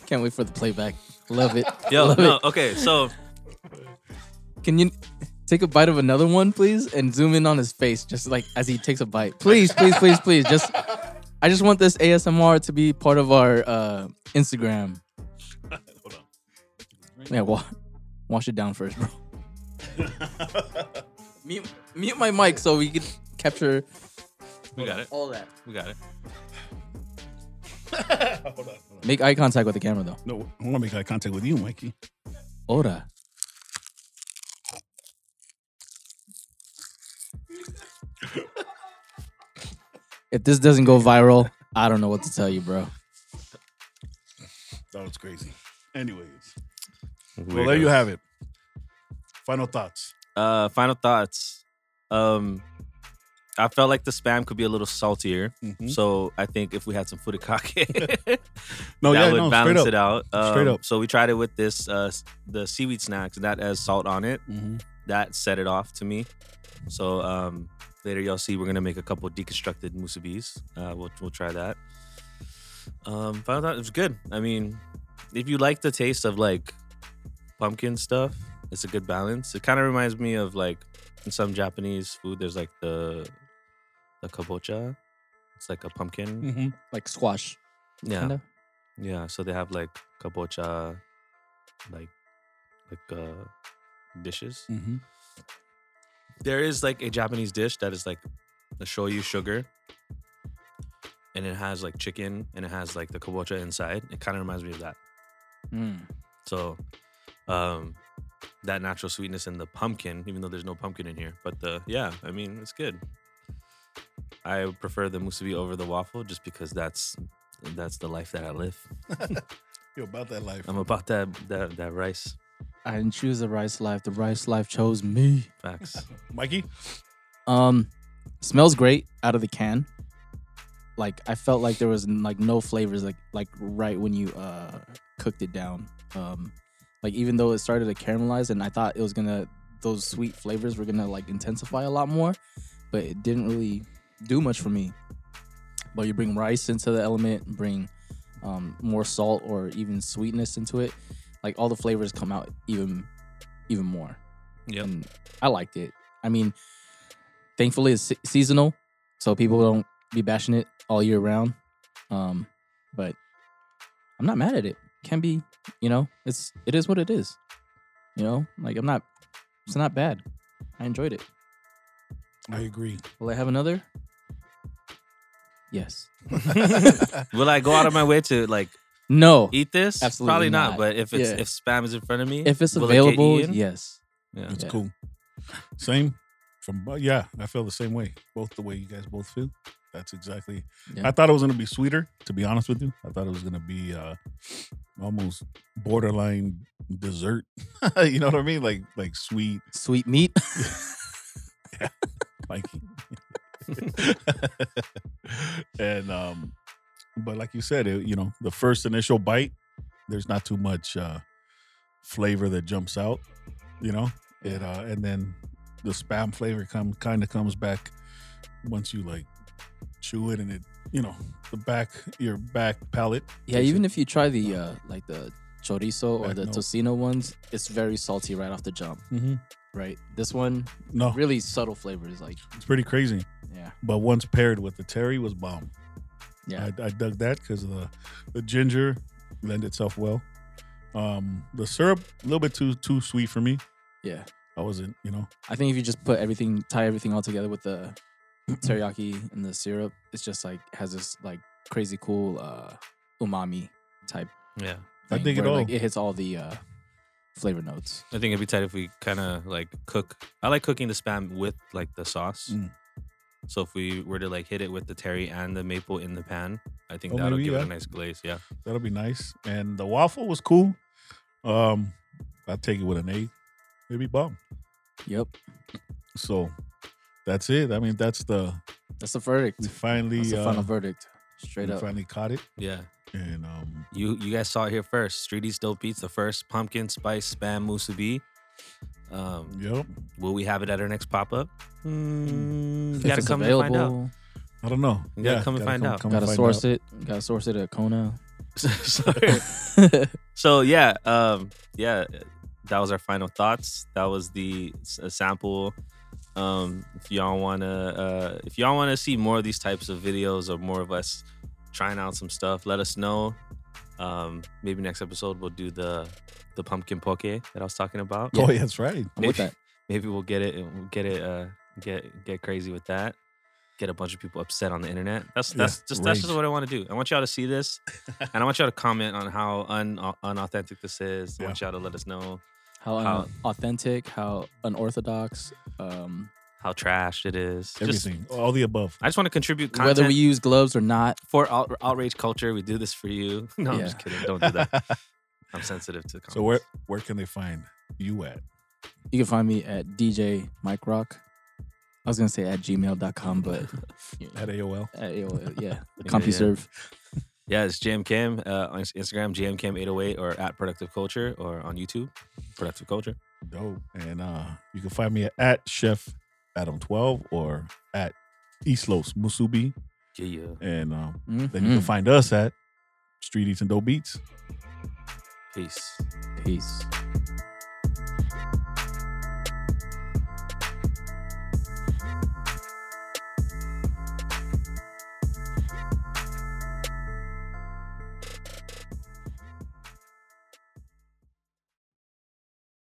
Speaker 3: Can't wait for the playback. Love it.
Speaker 1: Yo,
Speaker 3: Love
Speaker 1: no, okay, so
Speaker 3: Can you take a bite of another one, please, and zoom in on his face, just like as he takes a bite? Please, please, please, please. Just, I just want this ASMR to be part of our uh, Instagram.
Speaker 2: Hold
Speaker 3: Yeah, wa- wash it down first, bro. mute, mute my mic so we can capture
Speaker 1: we got it.
Speaker 3: all that.
Speaker 1: We got it.
Speaker 2: on. Hold on. Hold on.
Speaker 3: Make eye contact with the camera, though.
Speaker 2: No, I want to make eye contact with you, Mikey.
Speaker 3: Ora. if this doesn't go viral, I don't know what to tell you, bro.
Speaker 2: That was crazy. Anyways, well there you have it. Final thoughts.
Speaker 1: Uh, final thoughts. Um, I felt like the spam could be a little saltier,
Speaker 2: Mhm.
Speaker 1: so I think if we had some *laughs* furikake,
Speaker 2: No,
Speaker 1: that
Speaker 2: Oh, yeah,
Speaker 1: would
Speaker 2: no,
Speaker 1: balance
Speaker 2: straight
Speaker 1: it out.
Speaker 2: up.
Speaker 1: Um,
Speaker 2: Straight up.
Speaker 1: So we tried it with this uh, s- the seaweed snacks that has salt on it.
Speaker 2: Mhm.
Speaker 1: That set it off to me. So um, later y'all see we're gonna make a couple deconstructed musubis. Uh, we'll we'll try that. Um, found out it was good. I mean, if you like the taste of like pumpkin stuff, it's a good balance. It kind of reminds me of like in some Japanese food. There's like the the kabocha. It's like a pumpkin.
Speaker 2: Mhm.
Speaker 3: Like squash.
Speaker 1: Yeah.
Speaker 3: kinda.
Speaker 1: Yeah, so they have like kabocha, like like uh dishes.
Speaker 2: Mhm.
Speaker 1: There is like a Japanese dish that is like the shoyu sugar, and it has like chicken and it has like the kabocha inside. It kind of reminds me of that.
Speaker 3: Mm.
Speaker 1: So, um, that natural sweetness and the pumpkin, even though there's no pumpkin in here, but the yeah, I mean it's good. I prefer the musubi over the waffle just because that's that's the life that I live.
Speaker 2: You're about that life.
Speaker 1: I'm about that that, that rice.
Speaker 3: I didn't choose the rice life. The rice life chose me.
Speaker 1: Facts.
Speaker 2: Mikey?
Speaker 3: Um, smells great out of the can. Like I felt like there was like no flavors like like right when you uh cooked it down. Um, like even though it started to caramelize and I thought it was gonna those sweet flavors were gonna like intensify a lot more, but it didn't really do much for me. But you bring rice into the element, bring um, more salt or even sweetness into it. Like all the flavors come out even even more.
Speaker 1: Yep.
Speaker 3: And I liked it. I mean, thankfully it's se- seasonal, so people don't be bashing it all year round. Um, but I'm not mad at it. Can be, you know, it's it is what it is. You know, like I'm not. It's not bad. I enjoyed it.
Speaker 2: I *laughs* agree.
Speaker 3: Will I have another? Yes.
Speaker 1: Will I go out of my way to like
Speaker 3: No.
Speaker 1: eat this?
Speaker 3: Absolutely
Speaker 1: Probably not.
Speaker 3: not.
Speaker 1: But if it's
Speaker 3: Yeah.
Speaker 1: if spam is in front of me,
Speaker 3: If it's
Speaker 1: will it get
Speaker 3: available,
Speaker 1: eaten?
Speaker 3: yes.
Speaker 1: Yeah.
Speaker 2: It's
Speaker 3: Yeah.
Speaker 2: cool. Same from but yeah, I feel the same way. Both the way you guys both feel. That's exactly.
Speaker 3: Yeah.
Speaker 2: I thought it was gonna be sweeter. To be honest with you, I thought it was gonna be uh almost borderline dessert. *laughs* you know what I mean? Like like sweet,
Speaker 1: *laughs*
Speaker 3: Sweet meat.
Speaker 2: Mikey. and um, but like you said, it, you know, the first initial bite, there's not too much uh flavor that jumps out. You know, it uh, and then the spam flavor come kind of comes back once you like chew it, and it you know the back your back palate.
Speaker 3: yeah.
Speaker 2: takes
Speaker 3: Even
Speaker 2: it-
Speaker 3: if you try the uh like the chorizo or
Speaker 2: Back
Speaker 3: the
Speaker 2: note.
Speaker 3: tocino ones, it's very salty right off the jump.
Speaker 2: Mhm.
Speaker 3: Right. This one
Speaker 2: no,
Speaker 3: really subtle flavors. Like
Speaker 2: it's pretty crazy.
Speaker 3: yeah.
Speaker 2: But once paired with the terry was bomb.
Speaker 3: Yeah.
Speaker 2: I, I dug that because the the ginger lend itself well. Um, the syrup a little bit too too sweet for me.
Speaker 3: Yeah.
Speaker 2: I wasn't, you know,
Speaker 3: I think if you just put everything, tie everything all together with the *clears throat* teriyaki and the syrup, it's just like has this like crazy cool uh umami type.
Speaker 1: Yeah.
Speaker 2: I
Speaker 3: thing
Speaker 2: dig it
Speaker 3: where,
Speaker 2: all.
Speaker 3: Like, it hits all the uh flavor notes.
Speaker 1: I think it'd be tight if we kind of like cook. I like cooking the spam with like the sauce.
Speaker 2: Mm.
Speaker 1: So if we were to like hit it with the terry and the maple in the pan, I think
Speaker 2: Oh,
Speaker 1: that'll
Speaker 2: maybe,
Speaker 1: give it
Speaker 2: yeah.
Speaker 1: a nice glaze. Yeah.
Speaker 2: that'll be nice. And the waffle was cool. Um, I take it with an eight, maybe bomb.
Speaker 3: Yep.
Speaker 2: So that's it. I mean, that's the
Speaker 3: That's the verdict.
Speaker 2: we finally
Speaker 3: That's the
Speaker 2: uh,
Speaker 3: final verdict. Straight
Speaker 2: we
Speaker 3: up.
Speaker 2: finally caught it.
Speaker 1: Yeah.
Speaker 2: And um,
Speaker 1: You you guys saw it here first. Streeties Dope Beats, the first pumpkin spice spam musubi. Um,
Speaker 2: yep.
Speaker 1: will we have it at our next pop up? Mm,
Speaker 3: If
Speaker 1: gotta
Speaker 3: it's
Speaker 1: come and find out.
Speaker 3: available,
Speaker 2: I don't know.
Speaker 1: You gotta come and find out.
Speaker 3: gotta source it. Gotta source it at Kona.
Speaker 1: *laughs* Sorry. so yeah, um, yeah, that was our final thoughts. That was the s- a sample. Um, if y'all wanna, uh, if y'all wanna see more of these types of videos or more of us trying out some stuff, let us know. Um, maybe next episode we'll do the the pumpkin poke that I was talking about.
Speaker 2: Oh, yeah, that's right.
Speaker 3: I'm
Speaker 1: Maybe-
Speaker 3: with that.
Speaker 1: *laughs* Maybe we'll get it and we'll get it uh get get crazy with that. Get a bunch of people upset on the internet. That's
Speaker 2: Yeah,
Speaker 1: that's just that's just
Speaker 2: rage.
Speaker 1: what I want to do. I want y'all to see this and I want y'all to comment on how un unauthentic this is. I want y'all to let us know
Speaker 3: How,
Speaker 1: How-
Speaker 3: authentic, how unorthodox, um,
Speaker 1: how trash it is. Just-
Speaker 2: Everything, all the above.
Speaker 1: I just want to contribute content
Speaker 3: whether we use gloves or not.
Speaker 1: for out, outrage culture. We do this for you. *laughs* No, I'm just kidding. Don't do
Speaker 2: *laughs*
Speaker 1: that. I'm sensitive to comments.
Speaker 2: So where where can they find you at?
Speaker 3: You can find me at DJ Mike Rock. I was gonna say at gmail.com, but
Speaker 1: *laughs*
Speaker 3: you know,
Speaker 2: At AOL.
Speaker 3: at AOL, yeah,
Speaker 1: Yeah,
Speaker 3: *laughs* CompuServe.
Speaker 1: Yeah, it's Jam Cam uh, on Instagram, Jam Cam 808 or at Productive Culture or on YouTube, Productive Culture.
Speaker 2: Dope. And uh you can find me at Chef Adam Twelve or at East Los Musubi.
Speaker 1: Yeah, yeah.
Speaker 2: And um, then you
Speaker 3: Mhm.
Speaker 2: can find us at Street Eats and Dope Beats.
Speaker 1: Peace.
Speaker 3: Peace.